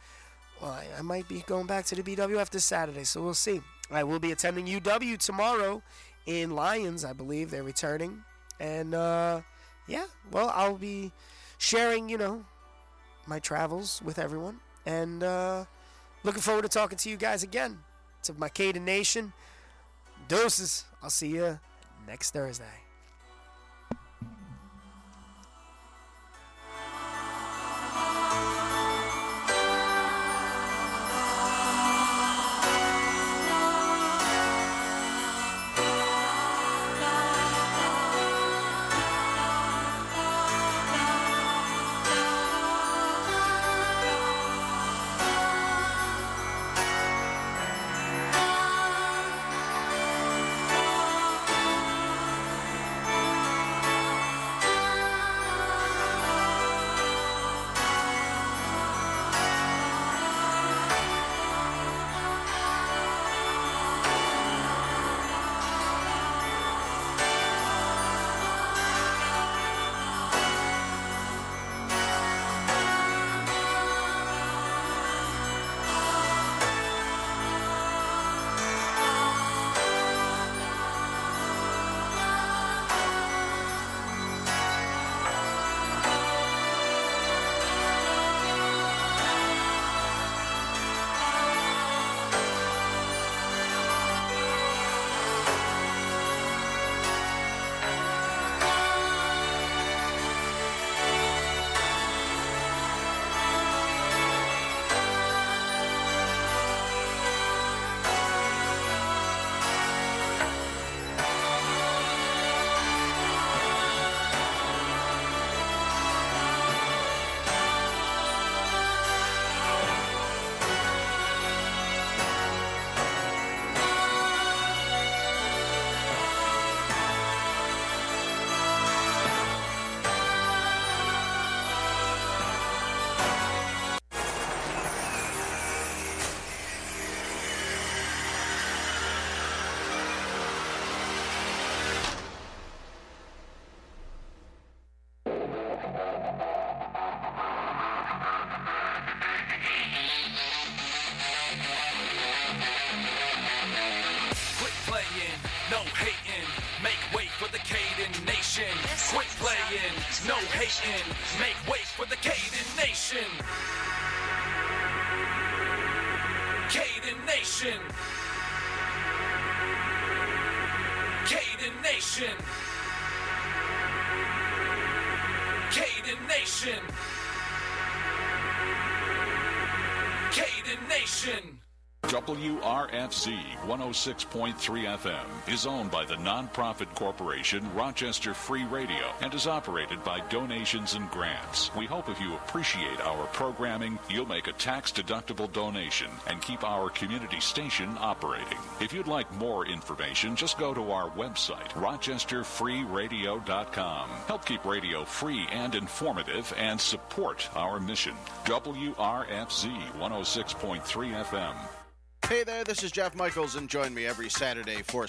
[SPEAKER 6] Well, I, I might be going back to the BWF this Saturday, so we'll see. I will be attending UW tomorrow in Lions, I believe. They're returning. And uh, yeah, well, I'll be sharing, you know, my travels with everyone. And uh, looking forward to talking to you guys again. To my Caden Nation, doses. I'll see you next Thursday.
[SPEAKER 5] Quit playing, no hating, make way for the Caden Nation. Quit playing, no hating, make way for the Caden Nation. Caden Nation. Caden Nation. Caden Nation. Caden Nation.
[SPEAKER 13] WRFZ 106.3 FM is owned by the nonprofit corporation Rochester Free Radio and is operated by donations and grants. We hope if you appreciate our programming, you'll make a tax deductible donation and keep our community station operating. If you'd like more information, just go to our website, rochesterfreeradio.com. Help keep radio free and informative and support our mission. WRFZ 106.3 FM.
[SPEAKER 14] Hey there, this is Jeff Michaels, and join me every Saturday for